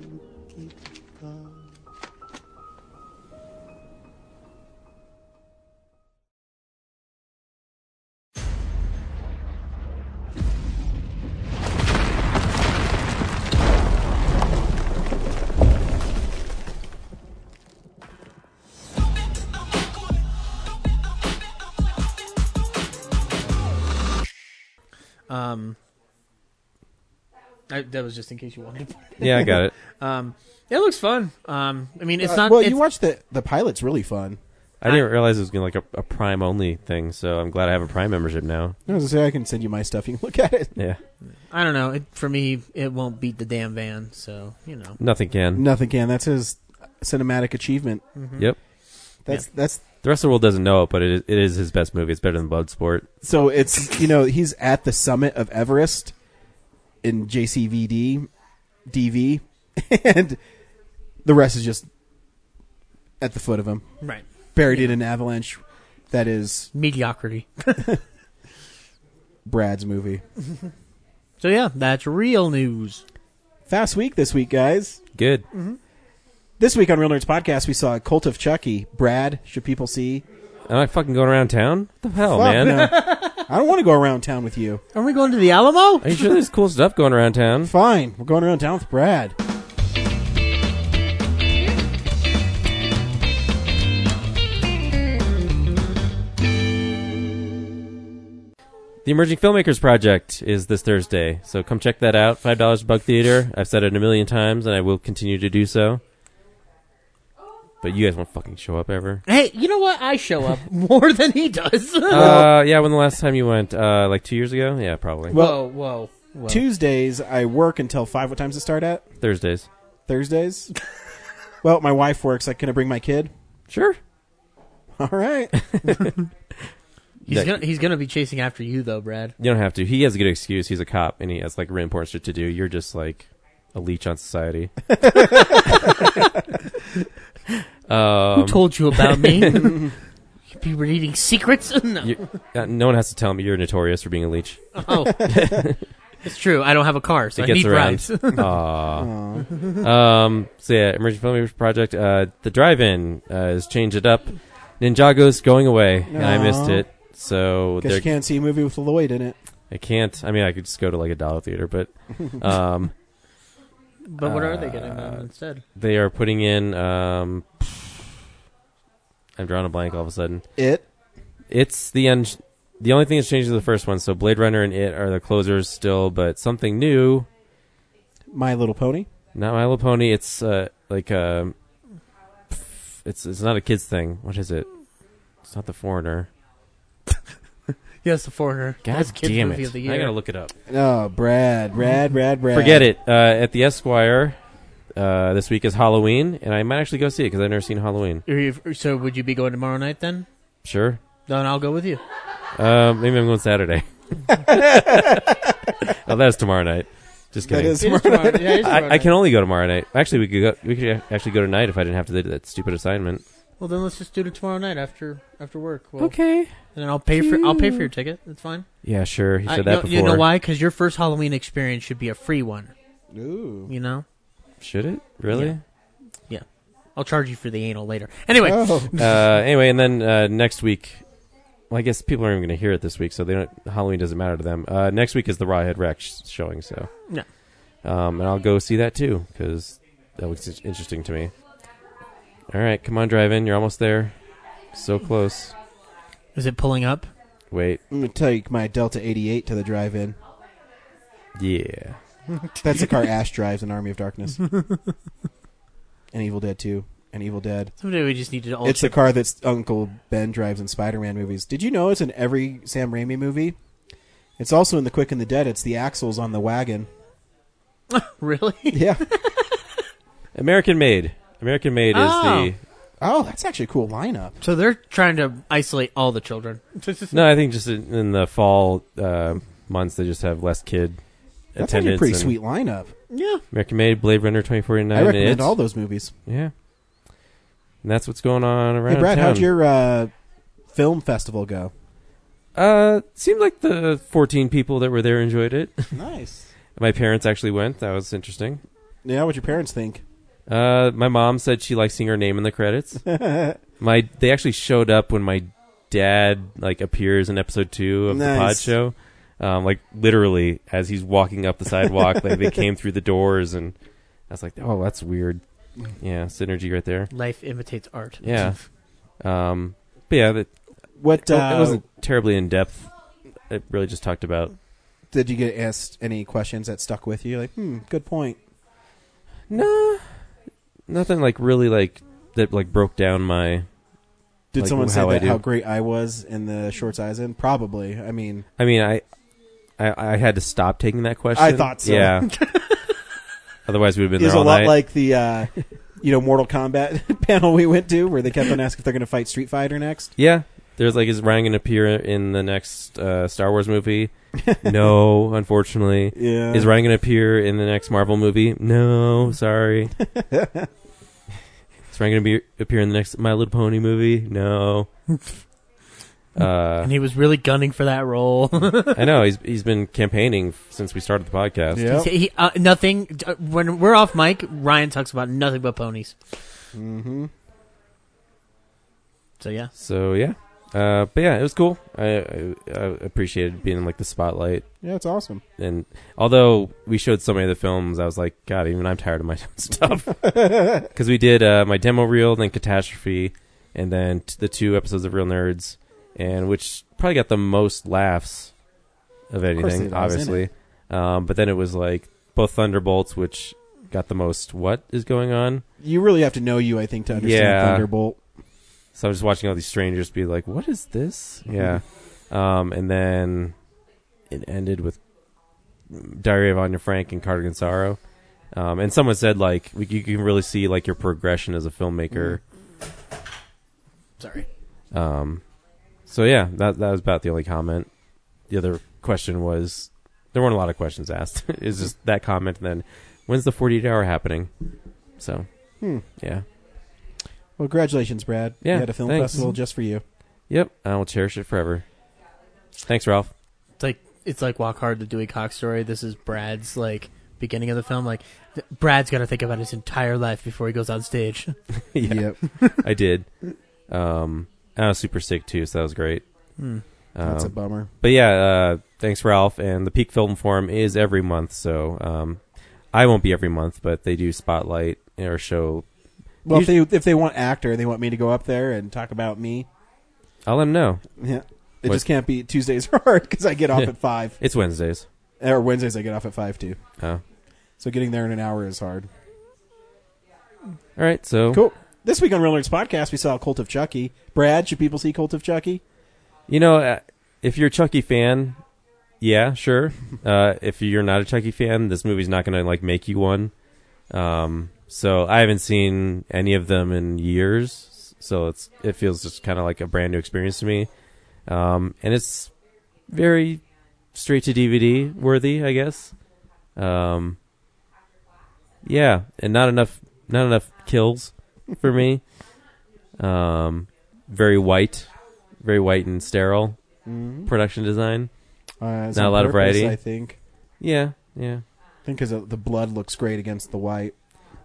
[SPEAKER 11] ne me quitte pas.
[SPEAKER 5] Um, I, that was just in case you wanted. to-
[SPEAKER 6] Yeah, I got it.
[SPEAKER 5] Um, it looks fun. Um, I mean, it's
[SPEAKER 1] Uh,
[SPEAKER 5] not.
[SPEAKER 1] well,
[SPEAKER 5] it's,
[SPEAKER 1] you watched the the pilot's really fun.
[SPEAKER 6] I didn't realize it was going to like a, a Prime only thing, so I'm glad I have a Prime membership now.
[SPEAKER 1] I was gonna say I can send you my stuff. You can look at it.
[SPEAKER 6] Yeah,
[SPEAKER 5] I don't know. It, for me, it won't beat the damn van. So you know.
[SPEAKER 6] nothing can.
[SPEAKER 1] Nothing can. That's his cinematic achievement.
[SPEAKER 6] Yep.
[SPEAKER 1] That's that's
[SPEAKER 6] The rest of the world doesn't know it, but it is, it is his best movie. It's better than Bloodsport.
[SPEAKER 1] so it's you know he's at the summit of Everest in JCVD DV, and the rest is just at the foot of him,
[SPEAKER 5] Right.
[SPEAKER 1] buried in an avalanche. That is
[SPEAKER 5] Mediocrity.
[SPEAKER 1] Brad's movie.
[SPEAKER 5] So yeah, that's real news.
[SPEAKER 1] Fast week this week, guys.
[SPEAKER 6] Good.
[SPEAKER 1] This week on Real Nerds Podcast, we saw Cult of Chucky. Brad, should people see?
[SPEAKER 6] Am I fucking going around town? What the hell,
[SPEAKER 1] Fuck
[SPEAKER 6] Oh, man?
[SPEAKER 1] no. I don't want to go around town with you.
[SPEAKER 5] Are we going to the Alamo?
[SPEAKER 6] Are you sure there's cool stuff going around town?
[SPEAKER 1] Fine, we're going around town with Brad.
[SPEAKER 6] The Emerging Filmmakers Project is this Thursday, so come check that out. Five dollars Bug Theater. I've said it a million times, and I will continue to do so. But you guys won't fucking show up ever.
[SPEAKER 5] Hey, you know what? I show up more than he does.
[SPEAKER 6] Uh, yeah. When the last time you went? Uh, like two years ago? Yeah, probably.
[SPEAKER 5] whoa, whoa, whoa.
[SPEAKER 1] Tuesdays, I work until five. What time's it start at?
[SPEAKER 6] Thursdays.
[SPEAKER 1] Thursdays. well, my wife works. Like, can I bring my kid?
[SPEAKER 6] Sure.
[SPEAKER 1] All right.
[SPEAKER 5] he's
[SPEAKER 6] that-
[SPEAKER 5] gonna he's gonna be chasing after you though, Brad.
[SPEAKER 6] You don't have to. He has a good excuse. He's a cop, and he has like really important shit to do. You're just like a leech on society. Um,
[SPEAKER 5] Who told you about me? you were eating secrets. no.
[SPEAKER 6] You, uh, no one has to tell me you're notorious for being a leech.
[SPEAKER 5] Oh. it's true. I don't have a car, so
[SPEAKER 6] It
[SPEAKER 5] I
[SPEAKER 6] gets
[SPEAKER 5] need
[SPEAKER 6] around.
[SPEAKER 5] bribes.
[SPEAKER 6] Aw. um, so yeah, Emerging Filmmakers Project. Uh, the drive-in uh, has changed it up. Ninjago's going away, and I missed
[SPEAKER 1] Aw.
[SPEAKER 6] it. So
[SPEAKER 1] Guess
[SPEAKER 6] they're-
[SPEAKER 1] you can't see a movie with Lloyd in it.
[SPEAKER 6] I can't. I mean, I could just go to like a dollar theater, but um,
[SPEAKER 5] but what are they getting
[SPEAKER 6] Uh,
[SPEAKER 5] them instead?
[SPEAKER 6] they are putting in. Um, I'm drawing a blank all of a sudden.
[SPEAKER 1] It.
[SPEAKER 6] It's the end. The only thing that's changed is the first one. So Blade Runner and it are the closers still, but something new.
[SPEAKER 1] My Little Pony.
[SPEAKER 6] Not My Little Pony. It's uh, like um, it's it's not a kids thing. What is it? It's not the foreigner.
[SPEAKER 5] Yes, the foreigner. That's kids
[SPEAKER 6] damn
[SPEAKER 5] movie
[SPEAKER 6] it!
[SPEAKER 5] of the year.
[SPEAKER 6] I gotta look it up.
[SPEAKER 1] Oh, Brad, Brad, Brad, Brad.
[SPEAKER 6] Forget it. Uh, at the Esquire uh, this week is Halloween, and I might actually go see it because I've never seen Halloween.
[SPEAKER 5] Are you- So would you be going tomorrow night then?
[SPEAKER 6] Sure.
[SPEAKER 5] Then I'll go with you.
[SPEAKER 6] Uh, maybe I'm going Saturday. oh, that's tomorrow night. Just
[SPEAKER 1] That
[SPEAKER 6] kidding.
[SPEAKER 1] is It is tomorrow tomorrow. night. Yeah, it is tomorrow
[SPEAKER 6] I, I
[SPEAKER 1] night.
[SPEAKER 6] can only go tomorrow night. Actually, we could go. We could actually go tonight if I didn't have to do that stupid assignment.
[SPEAKER 5] Well, then let's just do it tomorrow night after after work. Well,
[SPEAKER 6] okay.
[SPEAKER 5] And then I'll pay for I'll pay for your ticket. That's fine.
[SPEAKER 6] Yeah, sure. He
[SPEAKER 5] I- you
[SPEAKER 6] said that
[SPEAKER 5] know, You know
[SPEAKER 6] before.
[SPEAKER 5] why? Because your first Halloween experience should be a free one.
[SPEAKER 1] Ooh.
[SPEAKER 5] You know.
[SPEAKER 6] Should it really?
[SPEAKER 5] Yeah. Yeah. I'll charge you for the anal later. Anyway.
[SPEAKER 1] Oh.
[SPEAKER 6] uh, anyway, and then uh, next week, well, I guess people aren't even going to hear it this week, so they don't. Halloween doesn't matter to them. Uh, next week is the Rawhead Rex sh- showing, so
[SPEAKER 5] Yeah.
[SPEAKER 6] um, and I'll go see that too because that looks in- interesting to me. All right, come on, drive in. You're almost there. So close.
[SPEAKER 5] Is it pulling up?
[SPEAKER 6] Wait,
[SPEAKER 1] I'm gonna take my Delta 88 to the drive-in.
[SPEAKER 6] yeah.
[SPEAKER 1] That's the car Ash drives in Army of Darkness. and Evil Dead 2. And Evil Dead.
[SPEAKER 5] Someday we just need to all
[SPEAKER 1] It's the
[SPEAKER 5] chip-
[SPEAKER 1] car that Uncle Ben drives in Spider-Man movies. Did you know it's in every Sam Raimi movie? It's also in The Quick and the Dead. It's the axles on the wagon.
[SPEAKER 5] really?
[SPEAKER 1] Yeah.
[SPEAKER 6] American Made. American Made
[SPEAKER 5] Oh.
[SPEAKER 6] is
[SPEAKER 1] Oh, that's actually a cool lineup.
[SPEAKER 5] So they're trying to isolate all the children.
[SPEAKER 6] the. No, I think just in, in the fall uh, months they just have less kid
[SPEAKER 1] That's actually a
[SPEAKER 6] attendance.
[SPEAKER 1] pretty
[SPEAKER 6] and-
[SPEAKER 1] sweet lineup.
[SPEAKER 5] Yeah.
[SPEAKER 6] American Made, Blade Runner 2049.
[SPEAKER 1] I recommend
[SPEAKER 6] It.
[SPEAKER 1] all those movies.
[SPEAKER 6] Yeah. And that's what's going on around
[SPEAKER 1] Hey, Brad,
[SPEAKER 6] town.
[SPEAKER 1] how'd your uh, film festival go?
[SPEAKER 6] Uh, seemed like the 14 people that were there enjoyed it.
[SPEAKER 1] Nice.
[SPEAKER 6] my parents actually went. That was interesting.
[SPEAKER 1] Yeah, what'd your parents think?
[SPEAKER 6] Uh, my mom said she liked seeing her name in the credits. my they actually showed up when my dad like appears in episode two of the pod
[SPEAKER 1] Nice.
[SPEAKER 6] show. Um, like literally as he's walking up the sidewalk, like they came through the doors, and I was like, "Oh, that's weird." Yeah, synergy right there.
[SPEAKER 5] Life imitates art.
[SPEAKER 6] Yeah. Um, but yeah, that,
[SPEAKER 1] What,
[SPEAKER 6] it,
[SPEAKER 1] uh,
[SPEAKER 6] it wasn't terribly in depth. It really just talked about
[SPEAKER 1] Did you get asked any questions that stuck with you? Like, hmm, good point.
[SPEAKER 6] No. nothing like really like that like broke down my.
[SPEAKER 1] Did
[SPEAKER 6] like,
[SPEAKER 1] someone say
[SPEAKER 6] how I
[SPEAKER 1] that
[SPEAKER 6] do.
[SPEAKER 1] how great I was in the shorts I was in? Probably. I mean,
[SPEAKER 6] I mean, I, I I had to stop taking that question.
[SPEAKER 1] I thought so.
[SPEAKER 6] Yeah. Otherwise, we'd have been
[SPEAKER 1] it was
[SPEAKER 6] there
[SPEAKER 1] a
[SPEAKER 6] all
[SPEAKER 1] lot
[SPEAKER 6] night.
[SPEAKER 1] like the uh, you know Mortal Kombat panel we went to where they kept on asking if they're going to fight Street Fighter next.
[SPEAKER 6] yeah. There's like, is Ryan going to appear in the next uh, Star Wars movie? no, unfortunately.
[SPEAKER 1] Yeah.
[SPEAKER 6] Is Ryan going to appear in the next Marvel movie? No, sorry. is Ryan going to be appear in the next My Little Pony movie? No. uh,
[SPEAKER 5] and he was really gunning for that role.
[SPEAKER 6] I know he's he's been campaigning f- since we started the podcast.
[SPEAKER 5] He's- He, uh, nothing. uh, When we're off mic, Ryan talks about nothing but ponies.
[SPEAKER 1] Mm-hmm.
[SPEAKER 5] So yeah,
[SPEAKER 6] So yeah, uh, but yeah, it was cool. I, I, I appreciated being in like the spotlight.
[SPEAKER 1] Yeah, it's awesome.
[SPEAKER 6] And although we showed so many of the films, I was like, God, even I'm tired of my own stuff. Because we did uh, my demo reel, then Catastrophe, and then t- the two episodes of Real Nerds, and which probably got the most laughs of
[SPEAKER 1] course
[SPEAKER 6] anything,
[SPEAKER 1] it does,
[SPEAKER 6] obviously. Um, but then it was like both Thunderbolts, which got the most what is going on.
[SPEAKER 1] You really have to know you, I think, to understand
[SPEAKER 6] Yeah.
[SPEAKER 1] Thunderbolt.
[SPEAKER 6] So I'm just watching all these strangers be like, "What is this?" Yeah, um, and then it ended with Diary of Anya Frank and Cardigan Sorrow. Um, and someone said like, we- "You can really see like your progression as a filmmaker."
[SPEAKER 5] sorry.
[SPEAKER 6] Um, so yeah, that that was about the only comment. The other question was there weren't a lot of questions asked. it's just that comment. And then, when's the 48 hour happening? So
[SPEAKER 1] Hmm.
[SPEAKER 6] yeah,
[SPEAKER 1] Well, congratulations, Brad.
[SPEAKER 6] Yeah,
[SPEAKER 1] you had a film
[SPEAKER 6] thanks.
[SPEAKER 1] festival just for you.
[SPEAKER 6] yep, I will cherish it forever. Thanks, Ralph.
[SPEAKER 5] It's like it's like Walk Hard, the Dewey Cox story. This is Brad's like beginning of the film. Like th- Brad's got to think about his entire life before he goes on stage.
[SPEAKER 6] yeah.
[SPEAKER 1] Yep.
[SPEAKER 6] I did. Um, I was super sick too, so that was great.
[SPEAKER 5] Hmm.
[SPEAKER 1] That's
[SPEAKER 6] Um,
[SPEAKER 1] a bummer.
[SPEAKER 6] But yeah, uh, thanks, Ralph. And the Peak Film Forum is every month, so um, I won't be every month, but they do spotlight or show.
[SPEAKER 1] Well, if
[SPEAKER 6] Usu-
[SPEAKER 1] they if they want actor and they want me to go up there and talk about me,
[SPEAKER 6] I'll let them know.
[SPEAKER 1] yeah, it
[SPEAKER 6] What-
[SPEAKER 1] just can't be Tuesdays are hard because I get off at five
[SPEAKER 6] It's Wednesdays.
[SPEAKER 1] or Wednesdays I get off at five too.
[SPEAKER 6] Oh.
[SPEAKER 1] So getting there in an hour is hard.
[SPEAKER 6] All right, so
[SPEAKER 1] Cool. This week on Real Nerds Podcast, we saw Cult of Chucky. Brad, should people see Cult of Chucky?
[SPEAKER 6] You know, uh, if you're a Chucky fan, yeah, sure. uh, if you're not a Chucky fan, this movie's not going to like make you one. Um, so I haven't seen any of them in years, so it's it feels just kind of like a brand new experience to me. um, and it's very straight to DVD worthy, I guess. Um, yeah, and not enough, not enough kills for me. Um, very white, very white and sterile
[SPEAKER 1] Mhm.
[SPEAKER 6] production design.
[SPEAKER 1] Uh, it's
[SPEAKER 6] not a
[SPEAKER 1] on
[SPEAKER 6] lot of
[SPEAKER 1] purpose,
[SPEAKER 6] variety.
[SPEAKER 1] I think.
[SPEAKER 6] Yeah, yeah.
[SPEAKER 1] I think because the blood looks great against the white.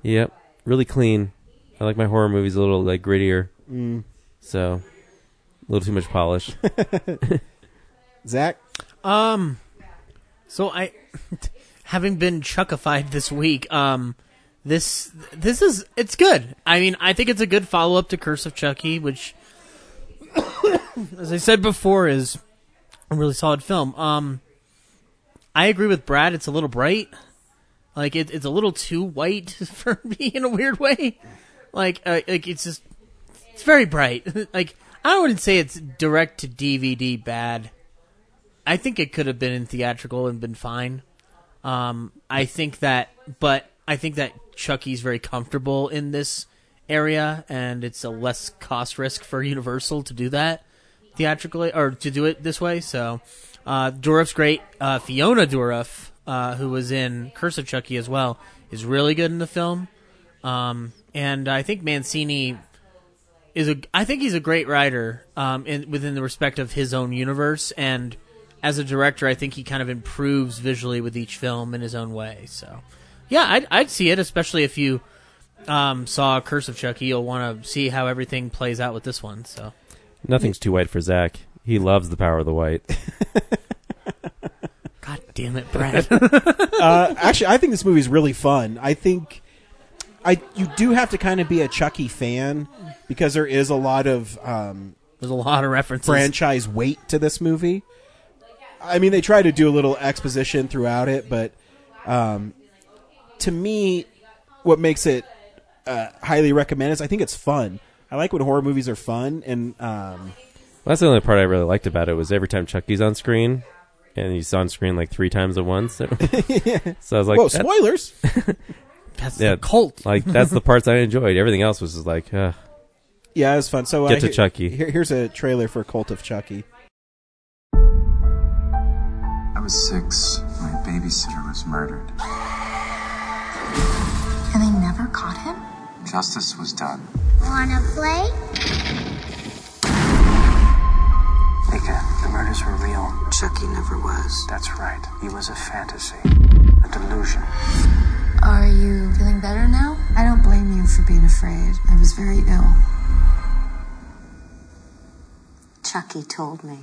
[SPEAKER 6] Yep, really clean. I like my horror movies a little like grittier.
[SPEAKER 1] Mm.
[SPEAKER 6] So, a little too much polish.
[SPEAKER 1] Zach,
[SPEAKER 5] Um, so I, having been chuckified this week, um, this this is it's good. I mean, I think it's a good follow up to Curse of Chucky, which, as I said before, is a really solid film. Um, I agree with Brad. It's a little bright. Like it, it's a little too white for me in a weird way. Like, uh, like it's just it's very bright. like I wouldn't say it's direct to DVD bad. I think it could have been in theatrical and been fine. Um, I think that, but I think that Chucky's very comfortable in this area, and it's a less cost risk for Universal to do that theatrically or to do it this way. So, uh, Dourif's great. Uh, Fiona Dourif, uh, who was in Curse of Chucky as well, is really good in the film. Um, and I think Mancini is a I think he's a great writer um in within the respect of his own universe and as a director I think he kind of improves visually with each film in his own way so yeah I'd, I'd see it especially if you um saw Curse of Chucky you'll want to see how everything plays out with this one so
[SPEAKER 6] Nothing's too white for Zach. He loves the power of the white.
[SPEAKER 5] god damn it Brad
[SPEAKER 1] uh, actually, I think this movie is really fun. I think I you do have to kind of be a Chucky fan because there is a lot of um,
[SPEAKER 5] there's a lot of references
[SPEAKER 1] franchise weight to this movie. I mean, they try to do a little exposition throughout it, but um, to me, what makes it uh, highly recommend is I think it's fun. I like when horror movies are fun, and um,
[SPEAKER 6] That's the only part I really liked about it was every time Chucky's on screen, and he's on screen like three times at once. So, so I was like,
[SPEAKER 1] whoa,
[SPEAKER 6] that-
[SPEAKER 1] spoilers!
[SPEAKER 5] that's the cult
[SPEAKER 6] like that's the parts I enjoyed. Everything else was just like, uh,
[SPEAKER 1] yeah, it was fun. So
[SPEAKER 6] Get
[SPEAKER 1] uh,
[SPEAKER 6] to
[SPEAKER 1] he-
[SPEAKER 6] Chucky.
[SPEAKER 1] Here, here's a trailer for Cult of Chucky.
[SPEAKER 12] I was six. My babysitter was murdered.
[SPEAKER 13] And they never caught him?
[SPEAKER 12] Justice was done.
[SPEAKER 13] Wanna play?
[SPEAKER 12] Mika, the murders were real. Chucky never was. That's right. He was a fantasy, a delusion.
[SPEAKER 13] Are you feeling better now? I don't blame you for being afraid. I was very ill. Chucky told me.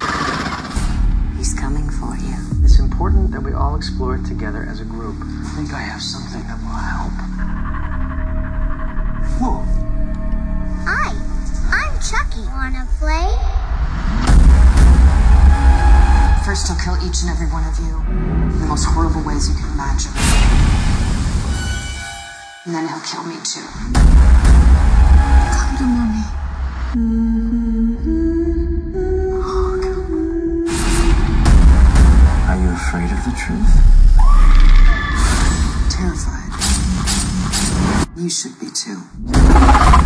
[SPEAKER 12] He's coming for you. It's important that we all explore it together as a group. I think I have something that will help. Whoa.
[SPEAKER 13] Hi, I'm Chucky. Wanna play?
[SPEAKER 14] First, he'll kill each and every one of you in the most horrible ways you can imagine. And then he'll kill me too.
[SPEAKER 13] Come to mommy.
[SPEAKER 12] Are you afraid of the truth?
[SPEAKER 14] Terrified. You should be too.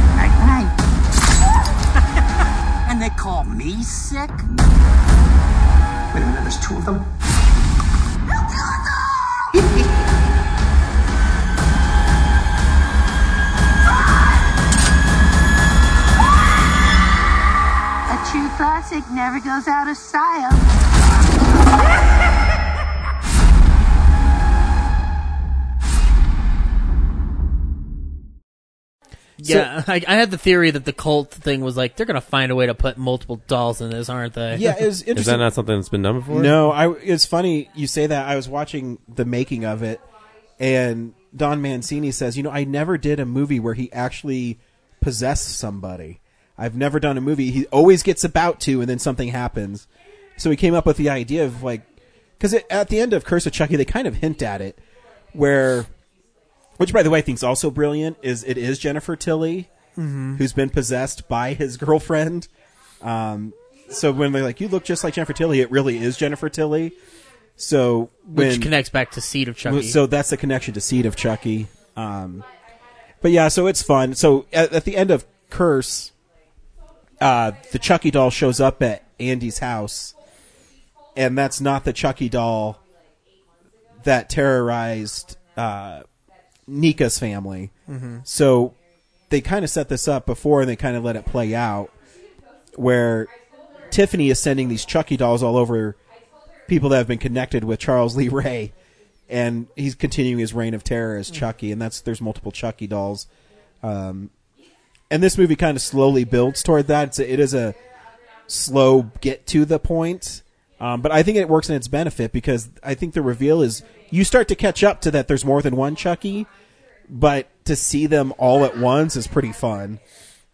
[SPEAKER 12] And they call me sick? Wait a minute, there's two of them?
[SPEAKER 13] A true classic never goes out of style.
[SPEAKER 5] yeah I, I had the theory that the cult thing was like they're gonna find a way to put multiple dolls in this aren't they
[SPEAKER 1] Yeah, it was
[SPEAKER 6] is
[SPEAKER 1] interesting.
[SPEAKER 6] that not something that's been done before?
[SPEAKER 1] No, I. It's funny you say that. I was watching the making of it, and Don Mancini says, "You know, I never did a movie where he actually possessed somebody. I've never done a movie. He always gets about to, and then something happens. So he came up with the idea of like, because at the end of Curse of Chucky, they kind of hint at it, where, which by the way, I think is also brilliant. Is it is Jennifer Tilly
[SPEAKER 5] Mhm.
[SPEAKER 1] who's been possessed by his girlfriend. Um, so when they're like, "You look just like Jennifer Tilly," it really is Jennifer Tilly. So when,
[SPEAKER 5] which connects back to Seed of Chucky
[SPEAKER 1] So that's the connection to Seed of Chucky. Um, but yeah, so it's fun. So at, at the end of Curse, uh, the Chucky doll shows up at Andy's house, and that's not the Chucky doll that terrorized uh, Nika's family.
[SPEAKER 5] Mhm.
[SPEAKER 1] So they kind of set this up before, and they kind of let it play out, where Tiffany is sending these Chucky dolls all over people that have been connected with Charles Lee Ray, and he's continuing his reign of terror as Chucky, and that's there's multiple Chucky dolls. Um, and this movie kind of slowly builds toward that. It's a, it is a slow get to the point, um, but I think it works in its benefit because I think the reveal is you start to catch up to that. There's more than one Chucky, but to see them all at once is pretty fun.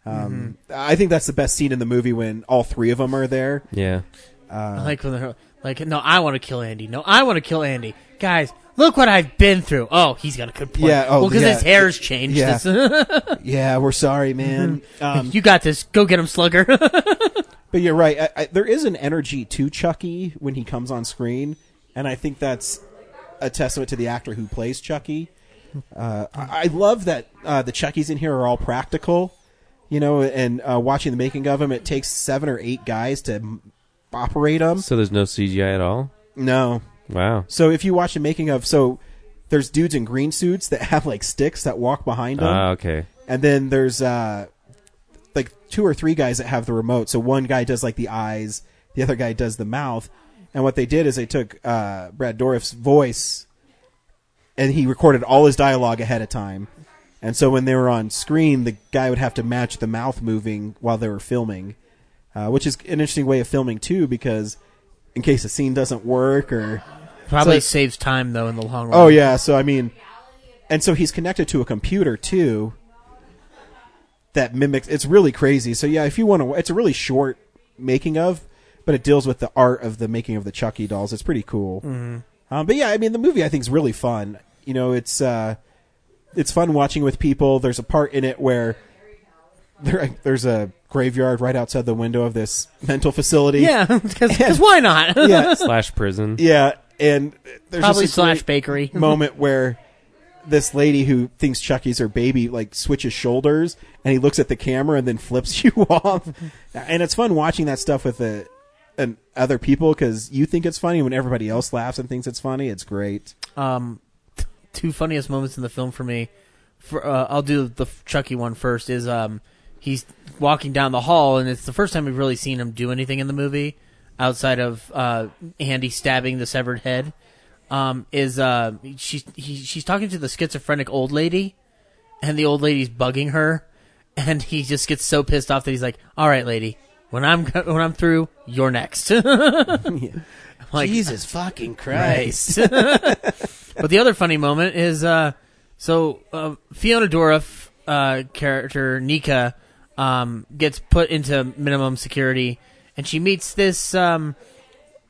[SPEAKER 1] Um, I think that's the best scene in the movie when all three of them are there.
[SPEAKER 6] Yeah.
[SPEAKER 1] Uh,
[SPEAKER 5] I like when they're like, no, I want to kill Andy. No, I want to kill Andy. Guys, look what I've been through. Oh, he's got a complaint.
[SPEAKER 1] Yeah, oh,
[SPEAKER 5] well, because
[SPEAKER 1] yeah.
[SPEAKER 5] his hair's changed.
[SPEAKER 1] Yeah.
[SPEAKER 5] It's-
[SPEAKER 1] yeah, we're sorry, man. Um,
[SPEAKER 5] you got this. Go get him, Slugger.
[SPEAKER 1] But you're right. I, I, there is an energy to Chucky when he comes on screen, and I think that's a testament to the actor who plays Chucky. Uh, I, I love that uh, the Chuckies in here are all practical, you know. And uh, watching the making of them, it takes seven or eight guys to m- operate them.
[SPEAKER 6] So there's no CGI at all.
[SPEAKER 1] No.
[SPEAKER 6] Wow.
[SPEAKER 1] So if you watch the making of, so there's dudes in green suits that have like sticks that walk behind them.
[SPEAKER 6] Ah, okay.
[SPEAKER 1] And then there's uh like two or three guys that have the remote. So one guy does like the eyes, the other guy does the mouth. And what they did is they took uh Brad Dourif's voice and he recorded all his dialogue ahead of time. And so when they were on screen, the guy would have to match the mouth moving while they were filming, uh, which is an interesting way of filming too, because in case a scene doesn't work or
[SPEAKER 5] Probably
[SPEAKER 1] So-
[SPEAKER 5] saves time though in the long run.
[SPEAKER 1] Oh yeah, so I mean, and so he's connected to a computer too. That mimics. It's really crazy. So yeah, if you want to, it's a really short making of, but it deals with the art of the making of the Chucky dolls. It's pretty cool.
[SPEAKER 5] Mhm.
[SPEAKER 1] Um, but yeah, I mean, the movie I think is really fun. You know, it's uh, it's fun watching with people. There's a part in it where there, there's a graveyard right outside the window of this mental facility.
[SPEAKER 5] Yeah, because why not?
[SPEAKER 1] Yeah.
[SPEAKER 6] Slash prison.
[SPEAKER 1] Yeah, and there's
[SPEAKER 5] Probably
[SPEAKER 1] just a
[SPEAKER 5] slash
[SPEAKER 1] great
[SPEAKER 5] bakery.
[SPEAKER 1] moment where this lady who thinks Chucky's her baby like switches shoulders and he looks at the camera and then flips you off, and it's fun watching that stuff with the and other people because you think it's funny when everybody else laughs and thinks it's funny. It's great.
[SPEAKER 5] Um, t- two funniest moments in the film for me. For, uh, I'll do the Chucky one first. Is um, he's walking down the hall, and it's the first time we've really seen him do anything in the movie outside of uh, Andy stabbing the severed head. Um, is uh, she? He, she's talking to the schizophrenic old lady, and the old lady's bugging her, and he just gets so pissed off that he's like, "All right, lady." When I'm when I'm through, you're next. I'm like,
[SPEAKER 7] Jesus fucking Christ.
[SPEAKER 5] but the other funny moment is uh, so uh, Fiona Dorff uh, character Nika um, gets put into minimum security, and she meets this um,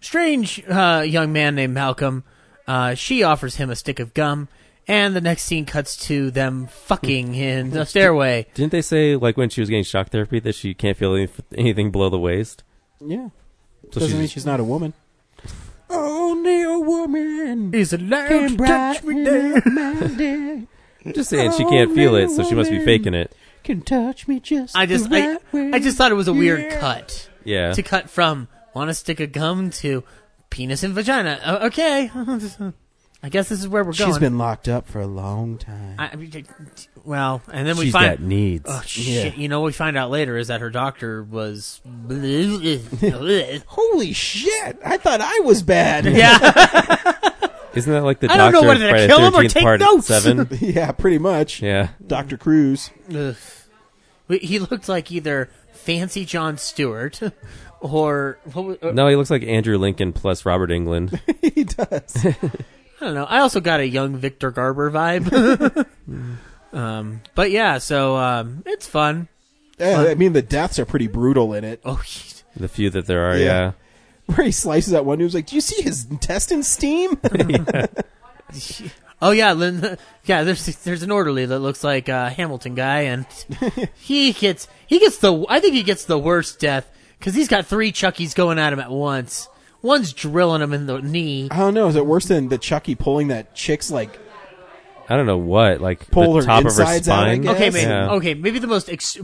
[SPEAKER 5] strange uh, young man named Malcolm. Uh, she offers him a stick of gum, and the next scene cuts to them fucking in the stairway.
[SPEAKER 6] Didn't they say like when she was getting shock therapy that she can't feel any, anything below the waist?
[SPEAKER 1] Yeah,
[SPEAKER 6] So
[SPEAKER 1] doesn't
[SPEAKER 6] she's-
[SPEAKER 1] mean she's not a woman.
[SPEAKER 7] Only a woman
[SPEAKER 5] is allowed to touch me
[SPEAKER 7] down.
[SPEAKER 6] Just saying she
[SPEAKER 5] Oh,
[SPEAKER 6] can't feel it, so she must be faking it.
[SPEAKER 7] Can touch me just.
[SPEAKER 5] I just
[SPEAKER 7] the
[SPEAKER 5] I,
[SPEAKER 7] right way.
[SPEAKER 5] I just thought it was a weird
[SPEAKER 7] Yeah.
[SPEAKER 5] cut.
[SPEAKER 6] Yeah.
[SPEAKER 5] To cut from want to stick a gum to penis and vagina. O- okay. I guess this is where we're going.
[SPEAKER 1] She's been locked up for a long time.
[SPEAKER 5] I, I mean, well, and then we
[SPEAKER 1] She's
[SPEAKER 5] find
[SPEAKER 1] got needs.
[SPEAKER 5] Oh shit!
[SPEAKER 1] Yeah.
[SPEAKER 5] You know, what we find out later is that her doctor was.
[SPEAKER 1] Holy shit! I thought I was bad.
[SPEAKER 5] Yeah.
[SPEAKER 6] Isn't that like the
[SPEAKER 5] I don't
[SPEAKER 6] doctor
[SPEAKER 5] know
[SPEAKER 6] in
[SPEAKER 5] whether to
[SPEAKER 6] Friday
[SPEAKER 5] kill him or
[SPEAKER 6] Thirteenth
[SPEAKER 5] take
[SPEAKER 6] Part
[SPEAKER 5] notes.
[SPEAKER 6] Seven?
[SPEAKER 1] yeah, pretty much.
[SPEAKER 6] Yeah.
[SPEAKER 1] Doctor Cruz.
[SPEAKER 5] Ugh. We- He looked like either fancy John Stewart, or, what wa- uh, or
[SPEAKER 6] No, he looks like Andrew Lincoln plus Robert England.
[SPEAKER 5] I don't know. I also got a young Victor Garber vibe. um, but yeah, so um, it's fun.
[SPEAKER 1] Yeah,
[SPEAKER 5] Fun.
[SPEAKER 1] I mean the deaths are pretty brutal in it.
[SPEAKER 5] Oh,
[SPEAKER 6] the few that there are,
[SPEAKER 1] Yeah.
[SPEAKER 6] yeah.
[SPEAKER 1] where he slices that one dude. He's like, "Do you see his intestines steam?"
[SPEAKER 5] oh yeah, Lynn, yeah. There's there's an orderly that looks like a Hamilton guy, and he gets he gets the I think he gets the worst death because he's got three Chuckies going at him at once. One's drilling him in the knee.
[SPEAKER 1] I don't know. Is it worse than the Chucky pulling that chick's like
[SPEAKER 6] I don't know what like
[SPEAKER 1] Pull
[SPEAKER 6] the
[SPEAKER 1] her
[SPEAKER 6] top of her
[SPEAKER 1] insides out, I
[SPEAKER 6] spine.
[SPEAKER 5] Okay, maybe
[SPEAKER 6] Yeah.
[SPEAKER 5] okay, maybe the most ex-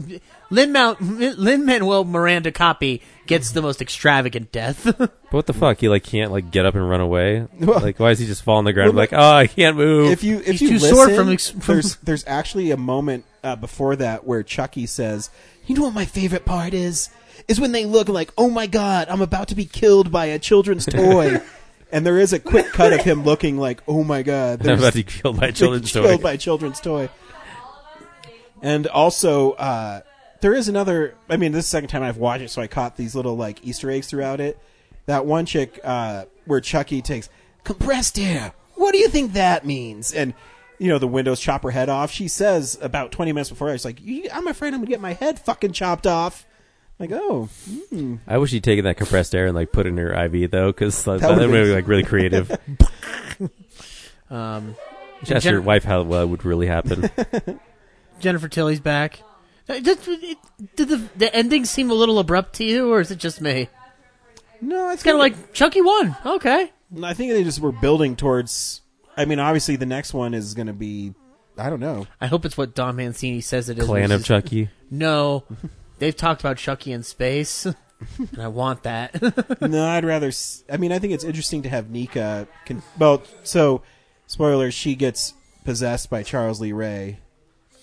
[SPEAKER 5] Lin Mal- Lin Manuel Miranda copy gets the most extravagant death.
[SPEAKER 6] But what the fuck? He like can't like get up and run away.
[SPEAKER 1] Well-
[SPEAKER 6] like why is he just fall on the ground?
[SPEAKER 1] Well,
[SPEAKER 6] like oh, I can't move.
[SPEAKER 1] If you if
[SPEAKER 5] He's
[SPEAKER 1] you
[SPEAKER 5] too
[SPEAKER 1] listen,
[SPEAKER 5] sore from ex- from-
[SPEAKER 1] there's there's actually a moment uh, before that where Chucky says,
[SPEAKER 7] You know what my favorite part is? Is when they look like, oh my god, I'm about to be killed by a children's toy.
[SPEAKER 1] "Boy," and there is a quick cut of him looking like, "Oh my god,
[SPEAKER 6] I'm
[SPEAKER 1] there's-
[SPEAKER 6] about to be killed by a
[SPEAKER 1] being
[SPEAKER 6] children's toy.
[SPEAKER 1] killed by a children's toy. And also, uh, there is another. I mean, this is the second time I've watched it, so I caught these little like Easter eggs throughout it. That one chick uh, where Chucky takes compressed air. What do you think that means? And you know, the windows chop her head off. She says about twenty minutes before, I was like, "You- "I'm afraid I'm gonna get my head fucking chopped off." like, oh, hmm.
[SPEAKER 6] I wish he'd taken that compressed air and like put it in her IV though, because like,
[SPEAKER 1] That
[SPEAKER 6] that,
[SPEAKER 1] would've
[SPEAKER 6] would be
[SPEAKER 1] been-
[SPEAKER 6] like really creative.
[SPEAKER 5] um,
[SPEAKER 6] Just ask your
[SPEAKER 5] Jen-
[SPEAKER 6] wife how well it would really happen.
[SPEAKER 5] Jennifer Tilly's back. Uh, Did, it- did the, the ending seem a little abrupt to you, or is it just me?
[SPEAKER 1] No, it's
[SPEAKER 5] kind of like Chucky won. Okay,
[SPEAKER 1] I think they just were building towards. I mean, obviously, the next one is gonna be. I don't know.
[SPEAKER 5] I hope it's what Don Mancini says it is.
[SPEAKER 6] Clan
[SPEAKER 5] which
[SPEAKER 6] of
[SPEAKER 5] is-
[SPEAKER 6] Chucky.
[SPEAKER 5] No, they've talked about Chucky in space, and I want that.
[SPEAKER 1] no, I'd rather. s- I mean, I think it's interesting to have Nika. Con- well, so spoiler: she gets possessed by Charles Lee Ray,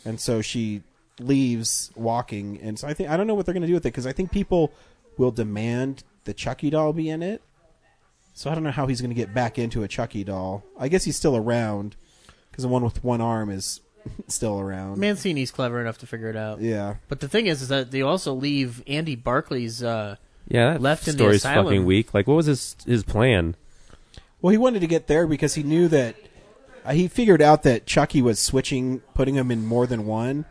[SPEAKER 1] and so she leaves walking. And so I think I don't know what they're going to do with it because I think people will demand the Chucky doll be in it. So I don't know how he's going to get back into a Chucky doll. I guess he's still around because the one with one arm is still around.
[SPEAKER 5] Mancini's clever enough to figure it out.
[SPEAKER 1] Yeah.
[SPEAKER 5] But the thing is, is that they also leave Andy Barclay's uh,
[SPEAKER 6] Yeah, that
[SPEAKER 5] left in the
[SPEAKER 6] story's
[SPEAKER 5] asylum.
[SPEAKER 6] fucking weak. Like, what was his his plan?
[SPEAKER 1] Well, he wanted to get there because he knew that uh, he figured out that Chucky was switching, putting him in more than one.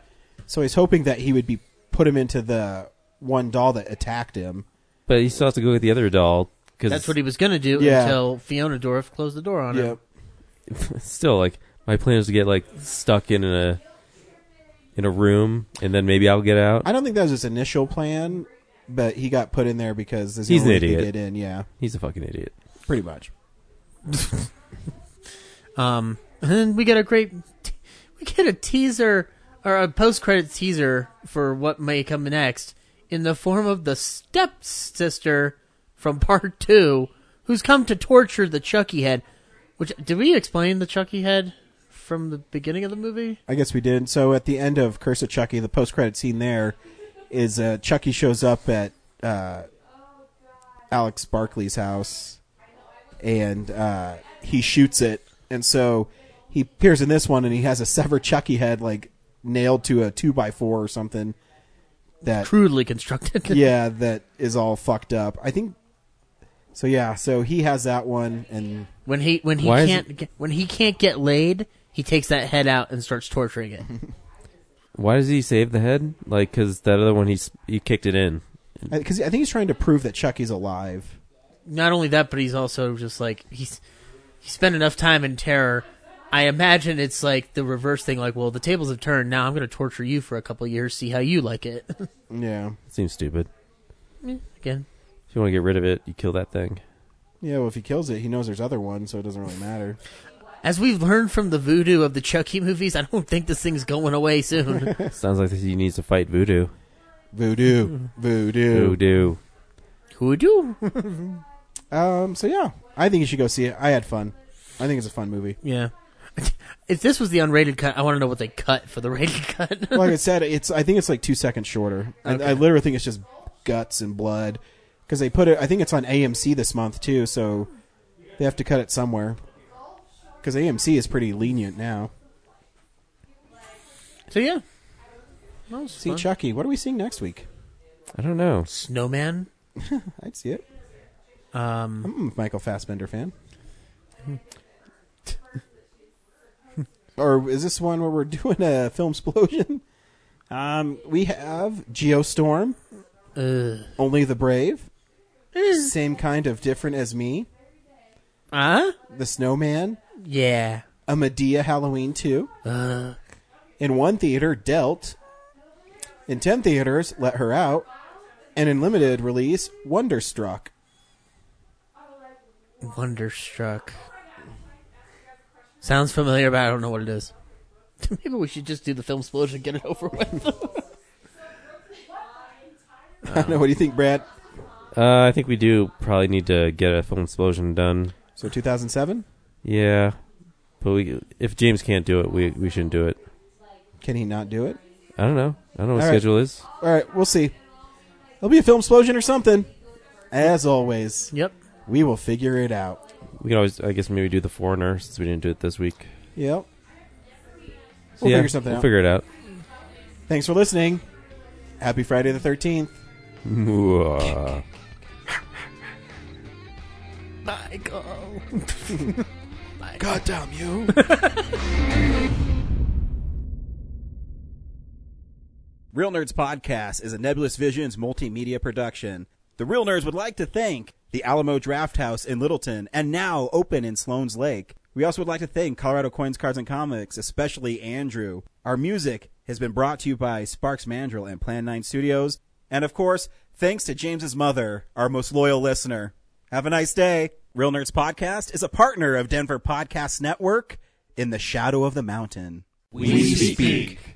[SPEAKER 1] So he's hoping that he would be put him into the one doll that attacked him.
[SPEAKER 6] But he still has to go with the other doll because
[SPEAKER 5] That's what he was gonna do
[SPEAKER 1] Yeah.
[SPEAKER 5] until Fiona Dorf closed the door on him.
[SPEAKER 6] still like my plan is to get like stuck in a in a room and then maybe I'll get out.
[SPEAKER 1] I don't think that was his initial plan, but he got put in there because there's
[SPEAKER 6] He's
[SPEAKER 1] no
[SPEAKER 6] an
[SPEAKER 1] way he could
[SPEAKER 6] idiot.
[SPEAKER 1] Get in, yeah,
[SPEAKER 6] He's a fucking idiot.
[SPEAKER 1] pretty much.
[SPEAKER 5] Um, and then we get a great, we get a teaser or a post-credit teaser for what may come next in the form of the stepsister from part two, who's come to torture the Chucky head. Which did we explain the Chucky head from the beginning of the movie?
[SPEAKER 1] I guess we did. So at the end of Curse of Chucky, the post-credit scene there is uh, Chucky shows up at uh, Alex Barkley's house, and uh, he shoots it. And so he appears in this one, and he has a severed Chucky head like nailed to a two by four or something. That
[SPEAKER 5] crudely constructed.
[SPEAKER 1] yeah, that is all fucked up. I think. So yeah, so he has that one, and
[SPEAKER 5] When he when he
[SPEAKER 1] Why is
[SPEAKER 5] can't get, when he can't get laid, he takes that head out and starts torturing it.
[SPEAKER 6] Why does he save the head? Like, because that other one he s- he kicked it in.
[SPEAKER 1] because I think he's trying to prove that Chucky's alive.
[SPEAKER 5] Not only that, but he's also just like he's he spent enough time in terror. I imagine it's like the reverse thing. Like, well, the tables have turned. Now I'm going to torture you for a couple of years, see how you like it.
[SPEAKER 1] Yeah.
[SPEAKER 6] Seems stupid.
[SPEAKER 5] Again,
[SPEAKER 6] If you want to get rid of it, you kill that thing.
[SPEAKER 1] Yeah, well, if he kills it, he knows there's other ones, so it doesn't really matter.
[SPEAKER 5] as we've learned from the voodoo of the Chucky movies, I don't think this thing's going away soon.
[SPEAKER 6] Sounds like he needs to fight voodoo.
[SPEAKER 1] Voodoo, voodoo,
[SPEAKER 6] voodoo.
[SPEAKER 5] voodoo.
[SPEAKER 1] um. So yeah, I think you should go see it. I had fun. I think it's a fun movie.
[SPEAKER 5] yeah. If this was the unrated cut, I want to know what they cut for the rated cut.
[SPEAKER 1] like I said, it's. I think it's like two seconds shorter.
[SPEAKER 5] Okay.
[SPEAKER 1] I, I literally think it's just guts and blood because they put it. I think it's on AMC this month too, so they have to cut it somewhere because AMC is pretty lenient now.
[SPEAKER 5] So yeah,
[SPEAKER 1] see
[SPEAKER 5] fun.
[SPEAKER 1] Chucky. What are we seeing next week?
[SPEAKER 6] I don't know.
[SPEAKER 5] Snowman.
[SPEAKER 1] I'd see it.
[SPEAKER 5] Um,
[SPEAKER 1] I'm a Michael Fassbender fan. or is this one where we're doing a film explosion? Um, we have Geostorm, Only the Brave, Same Kind of Different as Me,
[SPEAKER 5] uh?
[SPEAKER 1] The Snowman,
[SPEAKER 5] Yeah.
[SPEAKER 1] A Medea Halloween 2,
[SPEAKER 5] uh.
[SPEAKER 1] in one theater, Delt, in 10 theaters, Let Her Out, and in limited release, Wonderstruck.
[SPEAKER 5] Wonderstruck. Sounds familiar, but I don't know what it is. Maybe we should just do the film explosion and get it over with.
[SPEAKER 1] I don't know. What do you think, Brad?
[SPEAKER 6] Uh, I think we do probably need to get a film explosion done.
[SPEAKER 1] So 2007?
[SPEAKER 6] Yeah, but we, if James can't do it, we we shouldn't do it.
[SPEAKER 1] Can he not do it?
[SPEAKER 6] I don't know. I don't know what
[SPEAKER 1] All right.
[SPEAKER 6] schedule is.
[SPEAKER 1] All right, we'll see. There'll be a film explosion or something. As always.
[SPEAKER 5] Yep.
[SPEAKER 1] We will figure it out.
[SPEAKER 6] We can always, I guess, maybe do the foreigner since we didn't do it this week.
[SPEAKER 1] Yep.
[SPEAKER 6] So
[SPEAKER 1] We'll
[SPEAKER 6] yeah,
[SPEAKER 1] figure something
[SPEAKER 6] we'll
[SPEAKER 1] out.
[SPEAKER 6] Figure it out.
[SPEAKER 1] Thanks for listening. Happy Friday the 13th.
[SPEAKER 6] Mwah.
[SPEAKER 5] Michael.
[SPEAKER 7] God damn you.
[SPEAKER 1] Real Nerds Podcast is a Nebulous Visions multimedia production. The Real Nerds would like to thank the Alamo Draft House in Littleton and now open in Sloan's Lake. We also would like to thank Colorado Coins, Cards, and Comics, especially Andrew. Our music has been brought to you by Sparks Mandrill and Plan 9 Studios. And of course, thanks to James's mother, our most loyal listener. Have a nice day. Real Nerds Podcast is a partner of Denver Podcast Network in the shadow of the mountain.
[SPEAKER 15] We speak.